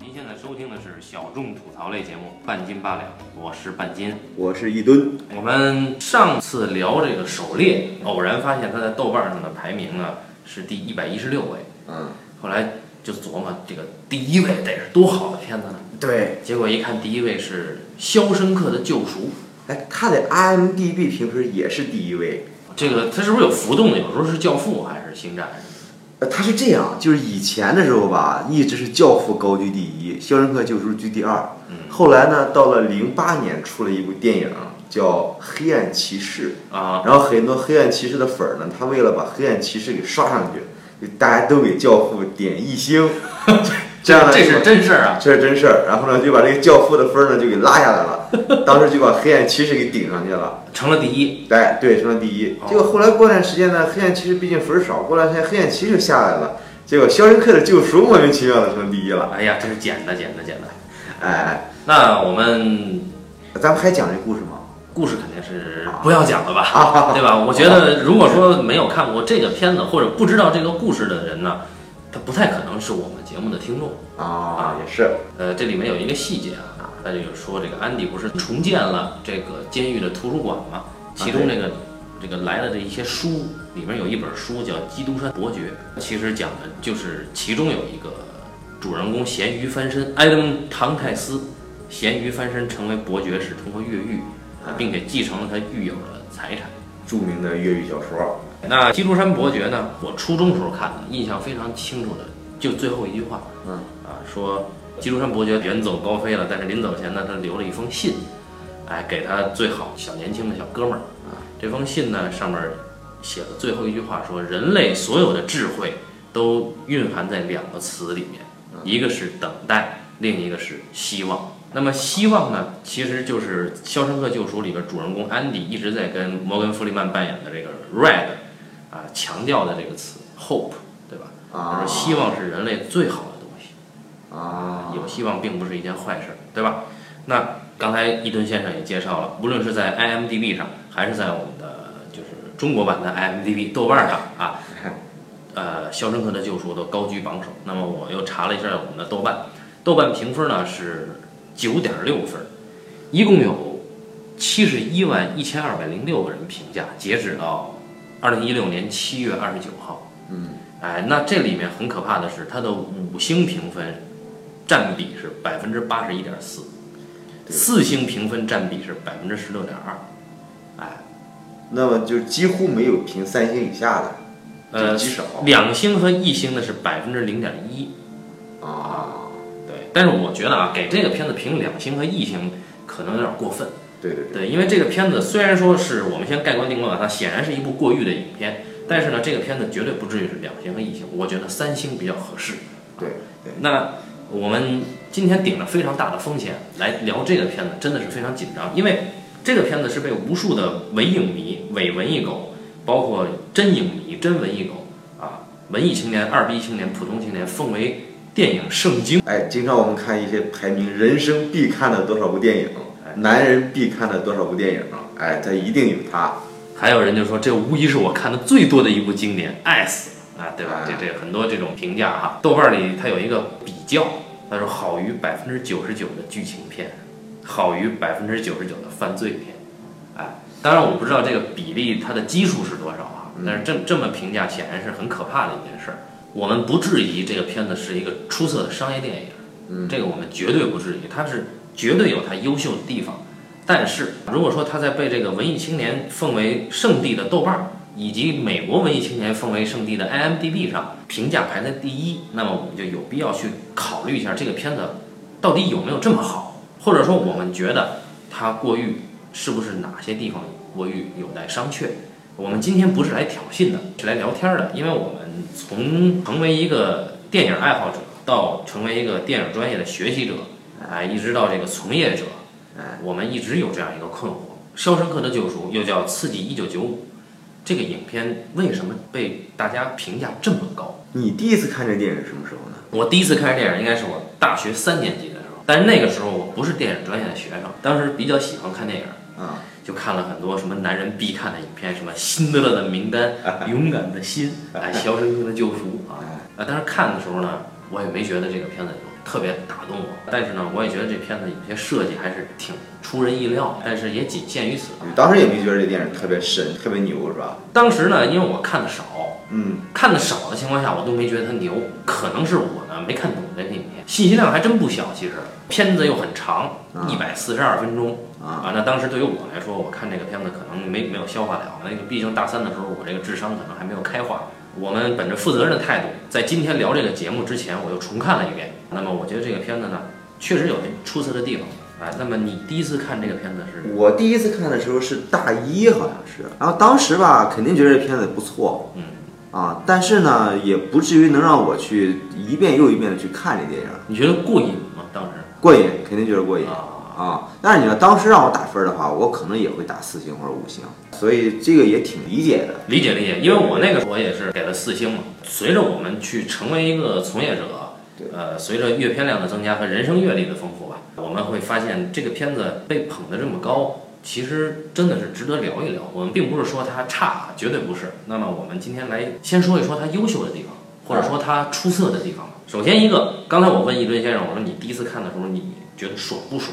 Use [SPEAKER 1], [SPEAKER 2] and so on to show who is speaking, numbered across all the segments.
[SPEAKER 1] 您现在收听的是小众吐槽类节目《半斤八两》，我是半斤。
[SPEAKER 2] 我是一吨，
[SPEAKER 1] 我们上次聊这个狩猎，偶然发现它在豆瓣上的排名啊是第一百一十六位，
[SPEAKER 2] 嗯，
[SPEAKER 1] 后来就琢磨这个第一位得是多好的片子呢。
[SPEAKER 2] 对，
[SPEAKER 1] 结果一看，第一位是《肖申克的救赎
[SPEAKER 2] 哎，他的 IMDB 评分也是第一位。》，
[SPEAKER 1] 这个它是不是有浮动的？有时候是《教父》还是《星战》什么
[SPEAKER 2] 呃，他是这样，就是以前的时候吧，一直是《教父》高居第一，《肖申克救赎》居第二。
[SPEAKER 1] 嗯
[SPEAKER 2] 后来呢，到了零八年出了一部电影叫《黑暗骑士》，
[SPEAKER 1] 的啊？
[SPEAKER 2] 然后很多黑暗骑士的粉儿呢，他为了把黑暗骑士给刷上去，就大家都给教父点 一星，这样呢，
[SPEAKER 1] 这是真事儿啊！
[SPEAKER 2] 这是真事儿。然后呢，就把这个教父的分儿呢就给拉下来了，当时就把黑暗骑士给顶上去了。
[SPEAKER 1] 成了第一，
[SPEAKER 2] 哎，对，成了第一。
[SPEAKER 1] 哦
[SPEAKER 2] 结果后来过段时间呢，黑暗骑士毕竟分儿少，过段时间黑暗骑士下来了，结果《肖申克的救赎》莫名其妙的成第一了。
[SPEAKER 1] 哎呀，这是捡的，捡的，捡的。
[SPEAKER 2] 哎，
[SPEAKER 1] 那我们
[SPEAKER 2] 咱们还讲这故事吗？
[SPEAKER 1] 故事肯定是不要讲了吧，
[SPEAKER 2] 啊
[SPEAKER 1] 对吧？我觉得如果说没有看过这个片子或者不知道这个故事的人呢，他不太可能是我们节目的听众。
[SPEAKER 2] 啊，也是。
[SPEAKER 1] 呃，这里面有一个细节啊，那就有说这个安迪不是重建了这个监狱的图书馆嘛，其中这个、这个来了的一些书里面有一本书叫《基督山伯爵》，其实讲的就是其中有一个主人公咸鱼翻身，埃登·唐泰斯咸鱼翻身成为伯爵是通过越狱，
[SPEAKER 2] 啊
[SPEAKER 1] 并且继承了他狱友的财产。
[SPEAKER 2] 著名的越狱小说，
[SPEAKER 1] 那《基督山伯爵》呢？我初中时候看的，印象非常清楚的，就最后一句话，
[SPEAKER 2] 嗯，
[SPEAKER 1] 啊，说基督山伯爵远走高飞了，但是临走前呢，他留了一封信，哎，给他最好小年轻的小哥们儿。这封信呢，上面写的最后一句话说：人类所有的智慧都蕴含在两个词里面，一个是等待，另一个是希望。那么希望呢，其实就是《肖申克救赎》里边主人公安迪一直在跟摩根·弗里曼扮演的这个 Red 啊强调的这个词 hope，对吧？他
[SPEAKER 2] 啊
[SPEAKER 1] 说希望是人类最好的东西。
[SPEAKER 2] 啊，
[SPEAKER 1] 有希望并不是一件坏事，对吧？那刚才伊顿先生也介绍了，无论是在 IMDB 上，还是在我们的就是中国版的 IMDB 豆瓣上啊，呃，《肖申克的救赎》都高居榜首。那么我又查了一下我们的豆瓣，豆瓣评分呢是九点六分，一共有七十一万一千二百零六个人评价，截止到二零一六年七月二十九号。
[SPEAKER 2] 嗯，
[SPEAKER 1] 哎，那这里面很可怕的是，它的五星评分占比是百分之八十一点四，
[SPEAKER 2] 对
[SPEAKER 1] 四星评分占比是百分之十六点二，哎，
[SPEAKER 2] 那么就几乎没有评三星以下的，
[SPEAKER 1] 呃
[SPEAKER 2] 就极少
[SPEAKER 1] 两星和一星的是百分之零点一，
[SPEAKER 2] 啊。
[SPEAKER 1] 对。但是我觉得啊，给这个片子评两星和一星可能有点过分，
[SPEAKER 2] 对对对，
[SPEAKER 1] 对，因为这个片子虽然说是我们先盖棺定论啊，它显然是一部过誉的影片，但是呢，这个片子绝对不至于是两星和一星，我觉得三星比较合适。
[SPEAKER 2] 对对
[SPEAKER 1] 那我们今天顶着非常大的风险来聊这个片子，真的是非常紧张，因为这个片子是被无数的伪影迷、伪文艺狗，包括真影迷、真文艺狗啊、文艺青年、二逼青年、普通青年奉为电影圣经。
[SPEAKER 2] 哎，经常我们看一些排名人生必看的多少部电影
[SPEAKER 1] 哎，
[SPEAKER 2] 男人必看的多少部电影，哎，它一定有它。
[SPEAKER 1] 还有人就说，这无疑是我看的最多的一部经典，爱死了啊，对吧？
[SPEAKER 2] 啊
[SPEAKER 1] 这这很多这种评价哈，豆瓣里它有一个比较，他说好于百分之九十九的剧情片，好于百分之九十九的犯罪片，哎，当然我不知道这个比例它的基数是多少啊，
[SPEAKER 2] 嗯
[SPEAKER 1] 但是这这么评价显然是很可怕的一件事儿。我们不质疑这个片子是一个出色的商业电影，
[SPEAKER 2] 嗯
[SPEAKER 1] 这个我们绝对不质疑，它是绝对有它优秀的地方。但是如果说它在被这个文艺青年奉为圣地的豆瓣儿，以及美国文艺青年奉为圣地的 IMDB 上评价排在第一，那么我们就有必要去考虑一下这个片子到底有没有这么好，或者说我们觉得它过誉是不是哪些地方过誉有待商榷。我们今天不是来挑衅的，是来聊天儿的，因为我们从成为一个电影爱好者到成为一个电影专业的学习者，哎，一直到这个从业者，哎，我们一直有这样一个困惑：《肖申克的救赎》又叫《刺激一九九五》，这个影片为什么被大家评价这么高？
[SPEAKER 2] 你第一次看这电影是什么时候呢？
[SPEAKER 1] 我第一次看这电影应该是我大学三年级的时候，但是那个时候我不是电影专业的学生，当时比较喜欢看电影，
[SPEAKER 2] 啊，
[SPEAKER 1] 就看了很多什么男人必看的影片，什么《辛德勒的名单》《勇敢哎
[SPEAKER 2] 哎
[SPEAKER 1] 呃的心》啊，《肖申克的救赎》啊。啊，但是看的时候呢，我也没觉得这个片子有特别打动我。但是呢，我也觉得这片子有些设计还是挺出人意料，但是也仅限于此。
[SPEAKER 2] 你当时也没觉得这电影特别神、特别牛，是吧？
[SPEAKER 1] 当时呢，因为我看的少，
[SPEAKER 2] 嗯，
[SPEAKER 1] 看的少的情况下，我都没觉得它牛，可能是我呢没看懂这里面，信息量还真不小。其实片子又很长，
[SPEAKER 2] 啊
[SPEAKER 1] 一百四十二分钟
[SPEAKER 2] 啊，
[SPEAKER 1] 啊。那当时对于我来说，我看这个片子可能没没有消化了，那个毕竟大三的时候，我这个智商可能还没有开化。我们本着负责任的态度，在今天聊这个节目之前，我又重看了一遍。那么我觉得这个片子呢，确实有它出色的地方。哎，那么你第一次看这个片子是
[SPEAKER 2] 我第一次看的时候是大一，好像是，然后当时吧，肯定觉得这片子不错，
[SPEAKER 1] 嗯，
[SPEAKER 2] 啊，但是呢，也不至于能让我去一遍又一遍的去看这电影，
[SPEAKER 1] 你觉得过瘾吗？当时
[SPEAKER 2] 过瘾，肯定觉得过瘾
[SPEAKER 1] 啊，
[SPEAKER 2] 啊。但是你要当时让我打分的话，我可能也会打四星或者五星，所以这个也挺理解的。
[SPEAKER 1] 理解理解，因为我那个时候我也是给了四星嘛。随着我们去成为一个从业者
[SPEAKER 2] 对，
[SPEAKER 1] 呃，随着阅片量的增加和人生阅历的丰富吧，我们会发现这个片子被捧得这么高，其实真的是值得聊一聊。我们并不是说它差，绝对不是。那么我们今天来先说一说它优秀的地方，或者说它出色的地方吧。
[SPEAKER 2] 嗯
[SPEAKER 1] 首先一个，刚才我问一吨先生，我说你第一次看的时候你觉得爽不爽？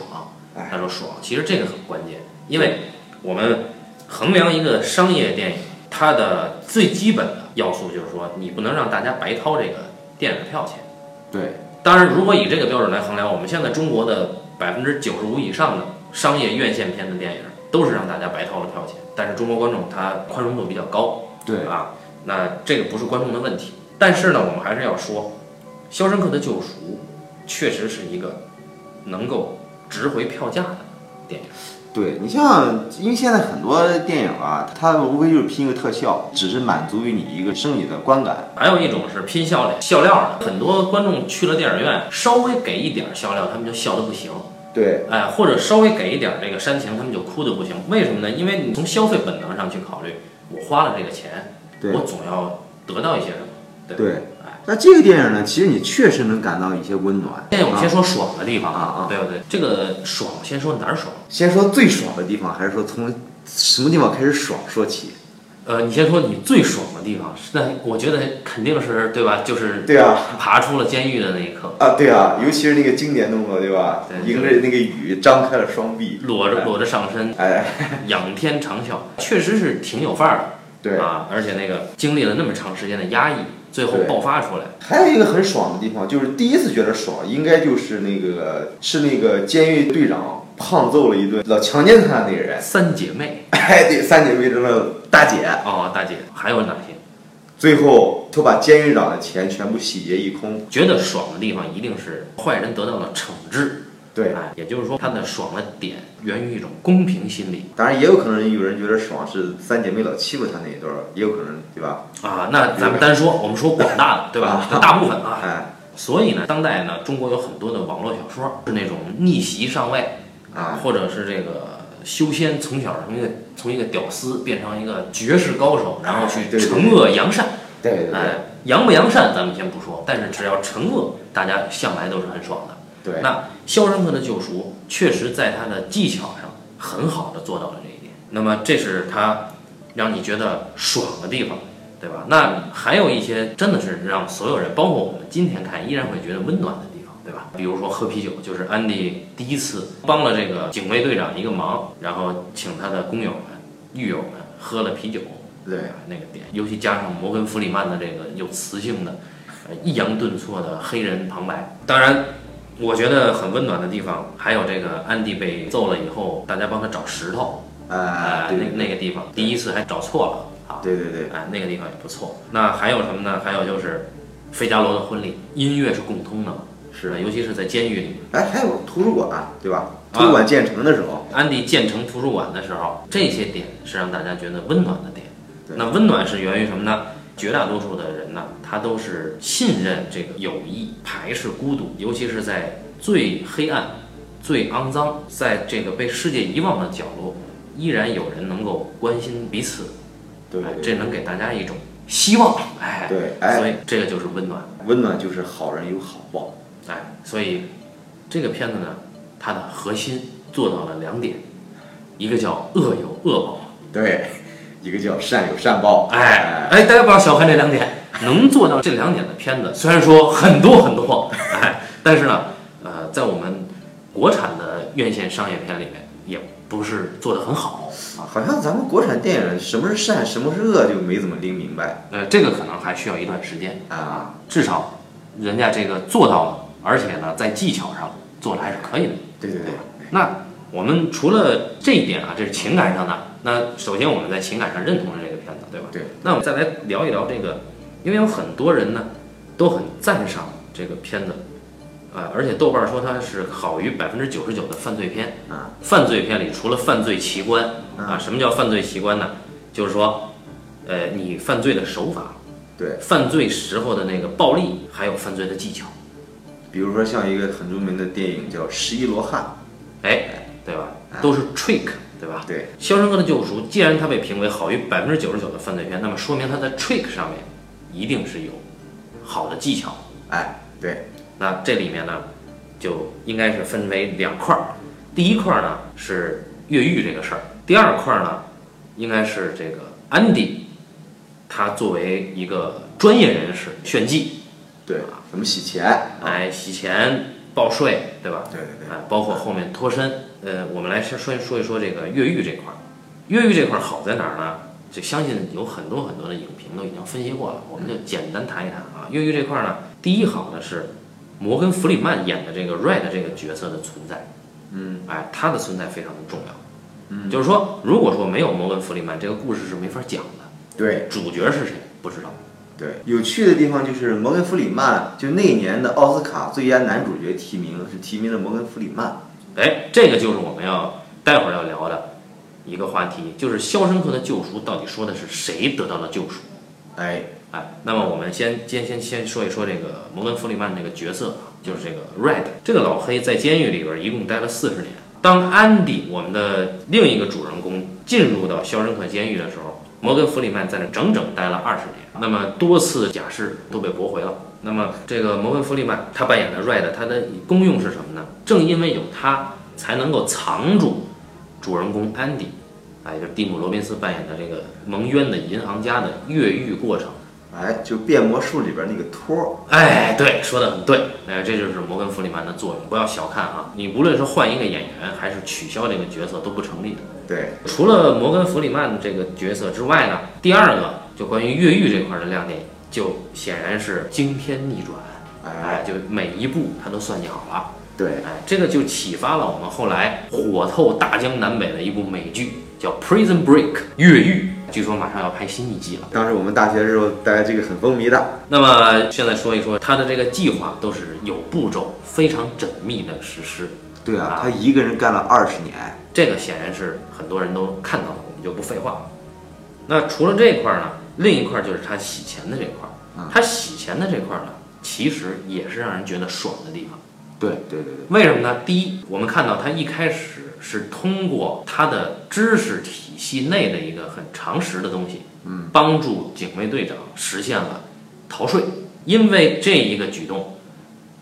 [SPEAKER 2] 哎，
[SPEAKER 1] 他说爽，其实这个很关键，因为我们衡量一个商业电影，它的最基本的要素就是说，你不能让大家白掏这个电影的票钱。
[SPEAKER 2] 对，
[SPEAKER 1] 当然，如果以这个标准来衡量，我们现在中国的百分之九十五以上的商业院线片的电影都是让大家白掏了票钱，但是中国观众他宽容度比较高，
[SPEAKER 2] 对
[SPEAKER 1] 啊，那这个不是观众的问题。但是呢，我们还是要说，《肖申克的救赎》确实是一个能够值回票价的电影。
[SPEAKER 2] 对你像，因为现在很多电影啊，它无非就是拼一个特效，只是满足于你一个生理的观感。
[SPEAKER 1] 还有一种是拼笑脸笑料的，很多观众去了电影院，稍微给一点笑料，他们就笑得不行，
[SPEAKER 2] 对，
[SPEAKER 1] 哎，或者稍微给一点这个煽情，他们就哭得不行。为什么呢？因为你从消费本能上去考虑，我花了这个钱，
[SPEAKER 2] 对
[SPEAKER 1] 我，总要得到一些什么。对
[SPEAKER 2] 对
[SPEAKER 1] 哎。
[SPEAKER 2] 那这个电影呢，其实你确实能感到一些温暖。
[SPEAKER 1] 现在我们先
[SPEAKER 2] 啊
[SPEAKER 1] 说爽的地方
[SPEAKER 2] 啊啊
[SPEAKER 1] 对不对？这个爽，先说哪儿爽？
[SPEAKER 2] 先说最爽的地方，还是说从什么地方开始爽说起？
[SPEAKER 1] 呃，你先说你最爽的地方，那我觉得肯定是对吧？就是
[SPEAKER 2] 对啊，
[SPEAKER 1] 爬出了监狱的那一刻，
[SPEAKER 2] 啊，对啊，尤其是那个经典动作，对吧
[SPEAKER 1] 对
[SPEAKER 2] 迎着那个雨，张开了双臂，
[SPEAKER 1] 裸着裸着上身，
[SPEAKER 2] 哎，
[SPEAKER 1] 仰天长啸，确实是挺有范儿的。
[SPEAKER 2] 对。
[SPEAKER 1] 啊，而且那个经历了那么长时间的压抑，最后
[SPEAKER 2] 对
[SPEAKER 1] 爆发出来。
[SPEAKER 2] 还有一个很爽的地方，就是第一次觉得爽，应该就是那个是那个监狱队长胖揍了一顿，老强奸他的那个人。
[SPEAKER 1] 三姐妹
[SPEAKER 2] 哎，对，三姐妹中的大姐，
[SPEAKER 1] 哦，大姐还有哪些
[SPEAKER 2] 最后就把监狱长的钱全部洗劫一空。
[SPEAKER 1] 觉得爽的地方？一定是坏人得到了惩治。
[SPEAKER 2] 对，
[SPEAKER 1] 哎，也就是说，他的爽的点源于一种公平心理
[SPEAKER 2] 当然也有可能有人觉得爽是三姐妹老欺负他那一段儿，也有可能，对吧？
[SPEAKER 1] 啊。那咱们单说，我们说广大的，对吧？大部分啊，
[SPEAKER 2] 哎，
[SPEAKER 1] 所以呢，当代呢，中国有很多的网络小说是那种逆袭上位
[SPEAKER 2] 啊，
[SPEAKER 1] 或者是这个修仙，从小从一个从一个屌丝变成一个绝世高手，然后去
[SPEAKER 2] 对对
[SPEAKER 1] 惩恶扬善。
[SPEAKER 2] 对对对
[SPEAKER 1] 哎，扬不扬善咱们先不说，但是只要惩恶，大家向来都是很爽的。
[SPEAKER 2] 对，
[SPEAKER 1] 那《肖申克的救赎》确实在他的技巧上很好的做到了这一点，那么这是他让你觉得爽的地方，对吧？那还有一些真的是让所有人，包括我们今天看依然会觉得温暖的地方，对吧？比如说喝啤酒，就是安迪第一次帮了这个警卫队长一个忙，然后请他的工友们、狱友们喝了啤酒，
[SPEAKER 2] 对
[SPEAKER 1] 啊，那个点，尤其加上摩根·弗里曼的这个有磁性的、呃抑扬顿挫的黑人旁白。当然，我觉得很温暖的地方，还有这个安迪被揍了以后，大家帮他找石头，啊
[SPEAKER 2] 哎，
[SPEAKER 1] 那
[SPEAKER 2] 对对
[SPEAKER 1] 那个地方，第一次还找错了啊，
[SPEAKER 2] 对对对，
[SPEAKER 1] 哎，那个地方也不错。那还有什么呢？还有就是费加罗的婚礼，音乐是共通的嘛，
[SPEAKER 2] 是
[SPEAKER 1] 吧？尤其是在监狱里面。
[SPEAKER 2] 哎，还有图书馆，啊对吧？
[SPEAKER 1] 啊
[SPEAKER 2] 图书馆建成的时候，
[SPEAKER 1] 安迪建成图书馆的时候，这些点是让大家觉得温暖的点
[SPEAKER 2] 对。
[SPEAKER 1] 那温暖是源于什么呢？绝大多数的人呢，他都是信任这个友谊，排斥孤独，尤其是在最黑暗、最肮脏，在这个被世界遗忘的角落，依然有人能够关心彼此，
[SPEAKER 2] 对
[SPEAKER 1] 哎
[SPEAKER 2] 对
[SPEAKER 1] 这能给大家一种希望，哎，
[SPEAKER 2] 对，哎，
[SPEAKER 1] 所以这个就是温暖，
[SPEAKER 2] 温暖就是好人有好报。
[SPEAKER 1] 哎，所以这个片子呢，它的核心做到了两点，一个叫恶有恶报。
[SPEAKER 2] 对，一个叫善有善报。
[SPEAKER 1] 哎，哎，大家不要小看这两点，能做到这两点的片子，虽然说很多很多，哎，但是呢，在我们国产的院线商业片里面也不是做得很好啊。
[SPEAKER 2] 好像咱们国产电影什么是善，什么是恶，就没怎么拎明白
[SPEAKER 1] 呃，这个可能还需要一段时间，
[SPEAKER 2] 啊。
[SPEAKER 1] 至少人家这个做到了，而且呢，在技巧上做的还是可以的。
[SPEAKER 2] 对对对，
[SPEAKER 1] 那我们除了这一点啊，这是情感上的。那首先我们在情感上认同了这个片子，对吧？
[SPEAKER 2] 对。
[SPEAKER 1] 那我们再来聊一聊这个，因为有很多人呢都很赞赏这个片子，啊、而且豆瓣说它是好于百分之九十九的犯罪片。
[SPEAKER 2] 啊，
[SPEAKER 1] 犯罪片里除了犯罪奇观啊，
[SPEAKER 2] 啊
[SPEAKER 1] 什么叫犯罪奇观呢？就是说，呃，你犯罪的手法、
[SPEAKER 2] 对，
[SPEAKER 1] 犯罪时候的那个暴力，还有犯罪的技巧，
[SPEAKER 2] 比如说像一个很著名的电影叫《十一罗汉
[SPEAKER 1] 哎，对吧？都是 trick，对吧》，？
[SPEAKER 2] 对，
[SPEAKER 1] 《肖申克的救赎》既然它被评为好于百分之九十九的犯罪片，那么说明它在 trick 上面一定是有好的技巧。
[SPEAKER 2] 哎，对，
[SPEAKER 1] 那这里面呢，就应该是分为两块儿。第一块儿呢是越狱这个事儿，第二块儿呢应该是这个安迪，他作为一个专业人士炫技，
[SPEAKER 2] 对，什么洗钱？
[SPEAKER 1] 哎，洗钱、报税，对吧？
[SPEAKER 2] 对对对，
[SPEAKER 1] 哎，包括后面脱身。呃，我们来先说说一说这个越狱这块儿。越狱这块儿好在哪儿呢？就相信有很多很多的影评都已经分析过了，我们就简单谈一谈啊。越狱这块儿呢，第一好呢是摩根·弗里曼演的这个 Red 这个角色的存在，
[SPEAKER 2] 嗯，
[SPEAKER 1] 哎，他的存在非常的重要。嗯，就是说，如果说没有摩根·弗里曼，这个故事是没法讲的。
[SPEAKER 2] 对
[SPEAKER 1] 主角是谁不知道，
[SPEAKER 2] 对。有趣的地方就是摩根·弗里曼，就那一年的奥斯卡最佳男主角提名是提名了摩根·弗里曼。
[SPEAKER 1] 哎，这个就是我们要待会儿要聊的一个话题，就是《肖申克的救赎》到底说的是谁得到了救赎？
[SPEAKER 2] 哎，
[SPEAKER 1] 哎，那么我们先先先先说一说这个摩根·弗里曼这个角色啊，就是这个 Red 这个老黑在监狱里边一共待了四十年。当安迪我们的另一个主人公进入到肖申克监狱的时候，摩根·弗里曼在那整整待了二十年，那么多次假释都被驳回了。那么这个摩根·弗里曼他扮演的 Red，他的功用是什么呢？正因为有他，才能够藏住主人公安迪，哎，就是蒂姆·罗宾斯扮演的这个蒙冤的银行家的越狱过程。
[SPEAKER 2] 哎，就变魔术里边那个托儿。
[SPEAKER 1] 哎，对，说的很对，哎，这就是摩根·弗里曼的作用，不要小看啊！你无论是换一个演员，还是取消这个角色，都不成立的。
[SPEAKER 2] 对，
[SPEAKER 1] 除了摩根·弗里曼这个角色之外呢，第二个就关于越狱这块的亮点，就显然是惊天逆转，
[SPEAKER 2] 哎，
[SPEAKER 1] 哎，就每一步他都算计好了，
[SPEAKER 2] 对，
[SPEAKER 1] 哎，这个就启发了我们后来火透大江南北的一部美剧，叫《Prison Break》越狱，据说马上要拍新一季了。
[SPEAKER 2] 当时我们大学时候大家这个很风靡的。
[SPEAKER 1] 那么现在说一说他的这个计划都是有步骤、非常缜密的实施，
[SPEAKER 2] 对
[SPEAKER 1] 啊
[SPEAKER 2] 啊，他一个人干了二十年。
[SPEAKER 1] 这个显然是很多人都看到了，我们就不废话了。那除了这一块儿呢，另一块儿就是他洗钱的这块儿
[SPEAKER 2] 嗯，
[SPEAKER 1] 他洗钱的这块儿呢，其实也是让人觉得爽的地方。
[SPEAKER 2] 对对对对，
[SPEAKER 1] 为什么呢？第一，我们看到他一开始是通过他的知识体系内的一个很常识的东西，嗯，帮助警卫队长实现了逃税，因为这一个举动，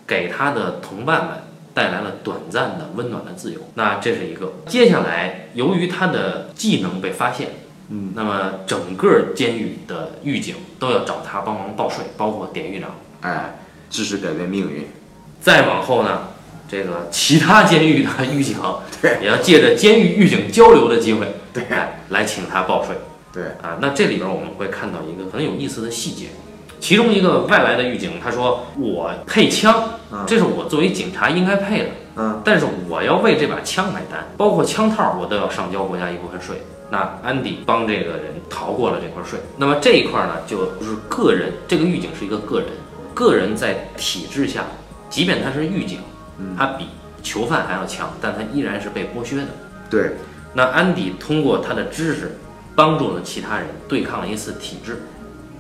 [SPEAKER 1] 给他的同伴们带来了短暂的温暖的自由。那这是一个。接下来，由于他的技能被发现。嗯，那么整个监狱的狱警都要找他帮忙报税，包括典狱长。
[SPEAKER 2] 哎，知识改变命运。
[SPEAKER 1] 再往后呢，这个其他监狱的 狱警
[SPEAKER 2] 对
[SPEAKER 1] 也要借着监狱狱警交流的机会，对，来请他报税
[SPEAKER 2] 对，
[SPEAKER 1] 啊。那这里边我们会看到一个很有意思的细节，其中一个外来的狱警他说：“我配枪
[SPEAKER 2] 嗯，
[SPEAKER 1] 这是我作为警察应该配的，
[SPEAKER 2] 嗯，
[SPEAKER 1] 但是我要为这把枪买单，包括枪套我都要上交国家一部分税。”那安迪帮这个人逃过了这块税，那么这一块呢，就是个人，这个狱警是一个个人，个人在体制下即便他是狱警，他比囚犯还要强，但他依然是被剥削的。
[SPEAKER 2] 对，
[SPEAKER 1] 那安迪通过他的知识，帮助了其他人对抗了一次体制，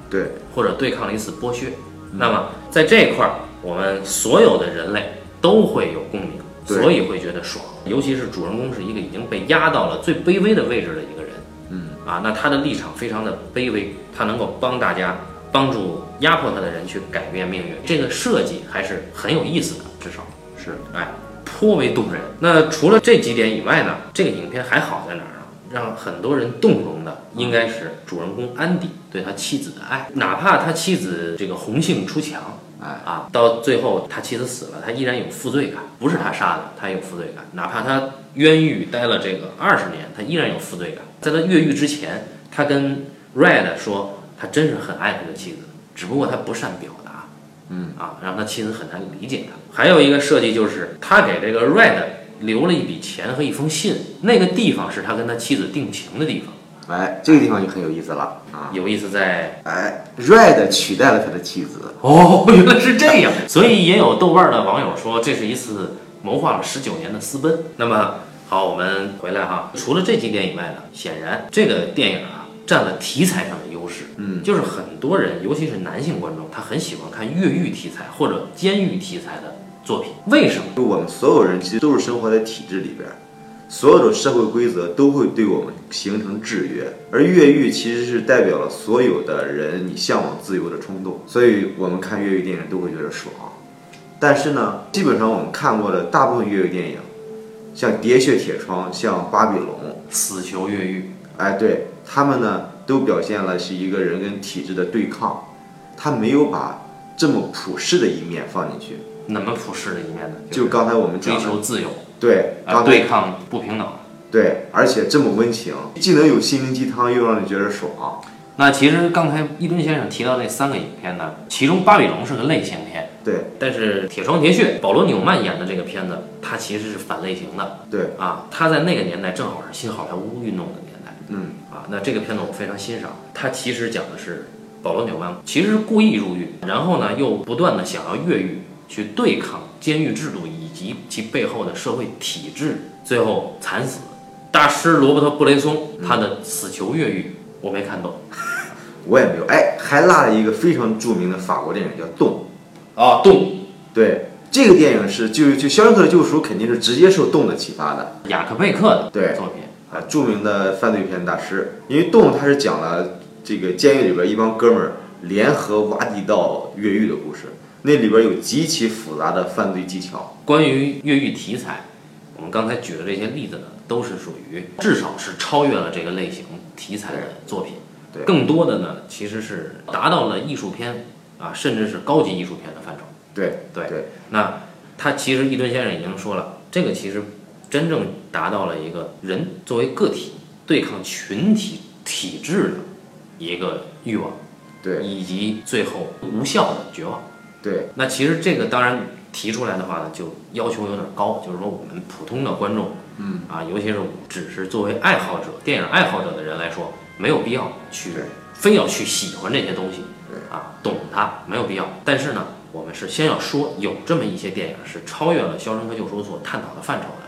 [SPEAKER 2] 对，嗯
[SPEAKER 1] 或者对抗了一次剥削。那么在这一块儿，我们所有的人类都会有共鸣，
[SPEAKER 2] 对
[SPEAKER 1] 所以会觉得爽。尤其是主人公是一个已经被压到了最卑微的位置的一个人，
[SPEAKER 2] 嗯，
[SPEAKER 1] 啊，那他的立场非常的卑微，他能够帮大家。帮助压迫他的人去改变命运，这个设计还是很有意思的，至少。
[SPEAKER 2] 是，
[SPEAKER 1] 哎，颇为动人。那除了这几点以外呢，这个影片还好在哪儿呢？让很多人动容的应该是主人公安迪对他妻子的爱，哪怕他妻子这个红杏出墙，
[SPEAKER 2] 哎，
[SPEAKER 1] 啊，到最后他妻子死了，他依然有负罪感，不是他杀的，他有负罪感，哪怕他冤狱待了这个二十年，他依然有负罪感。在他越狱之前，他跟 Red 说，他真是很爱他的妻子，只不过他不善表达，
[SPEAKER 2] 嗯
[SPEAKER 1] 啊，让他妻子很难理解他。还有一个设计就是，他给这个 Red 留了一笔钱和一封信，那个地方是他跟他妻子定情的地方。
[SPEAKER 2] 哎，这个地方就很有意思了啊！
[SPEAKER 1] 有意思在
[SPEAKER 2] 哎，Red 取代了他的妻子，
[SPEAKER 1] 哦，原来是这样，所以也有豆瓣的网友说这是一次谋划了十九年的私奔。那么好，我们回来哈，除了这几点以外呢，显然这个电影啊占了题材上的优势，
[SPEAKER 2] 嗯，
[SPEAKER 1] 就是很多人，尤其是男性观众，他很喜欢看越狱题材或者监狱题材的作品，为什么？
[SPEAKER 2] 就我们所有人其实都是生活在体制里边儿，所有的社会规则都会对我们形成制约，而越狱其实是代表了所有的人你向往自由的冲动，所以我们看越狱电影都会觉得爽。但是呢，基本上我们看过的大部分越狱电影，像《喋血铁窗》、像《巴比龙》，
[SPEAKER 1] 死囚越狱，
[SPEAKER 2] 哎，对他们呢，都表现了是一个人跟体制的对抗，他没有把这么普世的一面放进去。
[SPEAKER 1] 那么普世的一面呢？
[SPEAKER 2] 就刚才我们
[SPEAKER 1] 追
[SPEAKER 2] 讲的，
[SPEAKER 1] 求自由，
[SPEAKER 2] 对，
[SPEAKER 1] 啊，
[SPEAKER 2] 刚才
[SPEAKER 1] 对抗不平等。
[SPEAKER 2] 对，而且这么温情，既能有心灵鸡汤，又让你觉得爽。
[SPEAKER 1] 那其实刚才伊顿先生提到那三个影片呢，其中《巴比龙》是个类型片。
[SPEAKER 2] 对
[SPEAKER 1] 但是《铁窗铁血》，保罗纽曼演的这个片子，它其实是反类型的
[SPEAKER 2] 对，
[SPEAKER 1] 啊，它在那个年代正好是新好莱坞运动的年代
[SPEAKER 2] 嗯，
[SPEAKER 1] 啊。那这个片子我非常欣赏，它其实讲的是保罗纽曼其实是故意入狱，然后呢又不断的想要越狱，去对抗监狱制度以及其背后的社会体制，最后惨死。大师罗伯特布雷松他的死囚越狱，我没看懂
[SPEAKER 2] 我也没有。哎，还落了一个非常著名的法国电影叫《动
[SPEAKER 1] 啊，动》。
[SPEAKER 2] 对，这个电影是就就《肖申克的救赎》肯定是直接受《动》的启发的。
[SPEAKER 1] 雅克贝克的
[SPEAKER 2] 对
[SPEAKER 1] 作品，
[SPEAKER 2] 啊，著名的犯罪片大师，因为动他是讲了这个监狱里边一帮哥们儿联合挖地道越狱的故事，那里边有极其复杂的犯罪技巧。
[SPEAKER 1] 关于越狱题材，我们刚才举的这些例子呢，都是属于至少是超越了这个类型题材的作品。
[SPEAKER 2] 对
[SPEAKER 1] 更多的呢，其实是达到了艺术片啊，甚至是高级艺术片的范畴。
[SPEAKER 2] 对
[SPEAKER 1] 对
[SPEAKER 2] 对，
[SPEAKER 1] 那他其实伊顿先生已经说了，这个其实真正达到了一个人作为个体对抗群体体制的一个欲望，
[SPEAKER 2] 对
[SPEAKER 1] 以及最后无效的绝望。
[SPEAKER 2] 对
[SPEAKER 1] 那其实这个当然提出来的话呢，就要求有点高，就是说我们普通的观众，嗯啊，尤其是只是作为爱好者、电影爱好者的人来说，没有必要去
[SPEAKER 2] 对
[SPEAKER 1] 非要去喜欢这些东西
[SPEAKER 2] 对，
[SPEAKER 1] 啊，懂它没有必要。但是呢，我们是先要说有这么一些电影是超越了《肖申克救赎》所探讨的范畴的。啊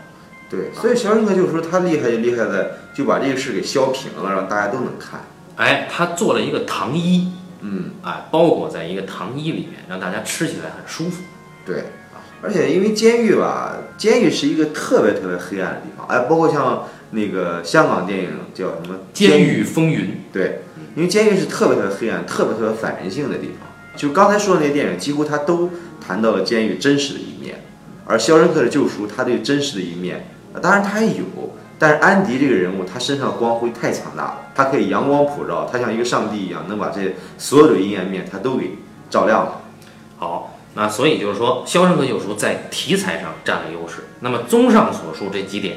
[SPEAKER 2] 对，所以《肖申克救赎》他厉害就厉害在就把这个事给削平了，让大家都能看。
[SPEAKER 1] 哎，他做了一个糖衣，
[SPEAKER 2] 嗯，
[SPEAKER 1] 哎，包裹在一个糖衣里面，让大家吃起来很舒服。
[SPEAKER 2] 对。
[SPEAKER 1] 啊
[SPEAKER 2] 而且因为监狱吧，监狱是一个特别特别黑暗的地方，哎，包括像那个香港电影叫什么《
[SPEAKER 1] 监狱风云，
[SPEAKER 2] 对，因为监狱是特别特别黑暗、特别特别反人性的地方。就刚才说的那些电影，几乎它都谈到了监狱真实的一面，而《肖申克的救赎》他对真实的一面，呃当然他也有，但是安迪这个人物，他身上的光辉太强大了，他可以阳光普照，他像一个上帝一样，能把这所有的阴暗面他都给照亮了。
[SPEAKER 1] 好，那所以就是说，《肖申克救赎》在题材上占了优势。那么综上所述这几点，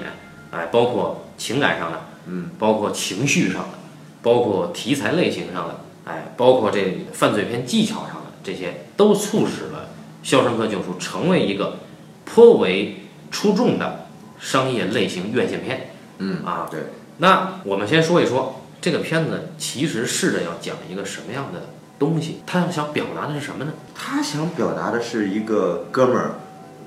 [SPEAKER 1] 哎，包括情感上的，
[SPEAKER 2] 嗯，
[SPEAKER 1] 包括情绪上的，包括题材类型上的，哎，包括这犯罪片技巧上的，这些都促使了《肖申克救赎》成为一个颇为出众的商业类型院线片。
[SPEAKER 2] 嗯
[SPEAKER 1] 啊，
[SPEAKER 2] 对。
[SPEAKER 1] 那我们先说一说这个片子其实试着要讲一个什么样的东西，它想表达的是什么呢？
[SPEAKER 2] 他想表达的是一个哥们儿，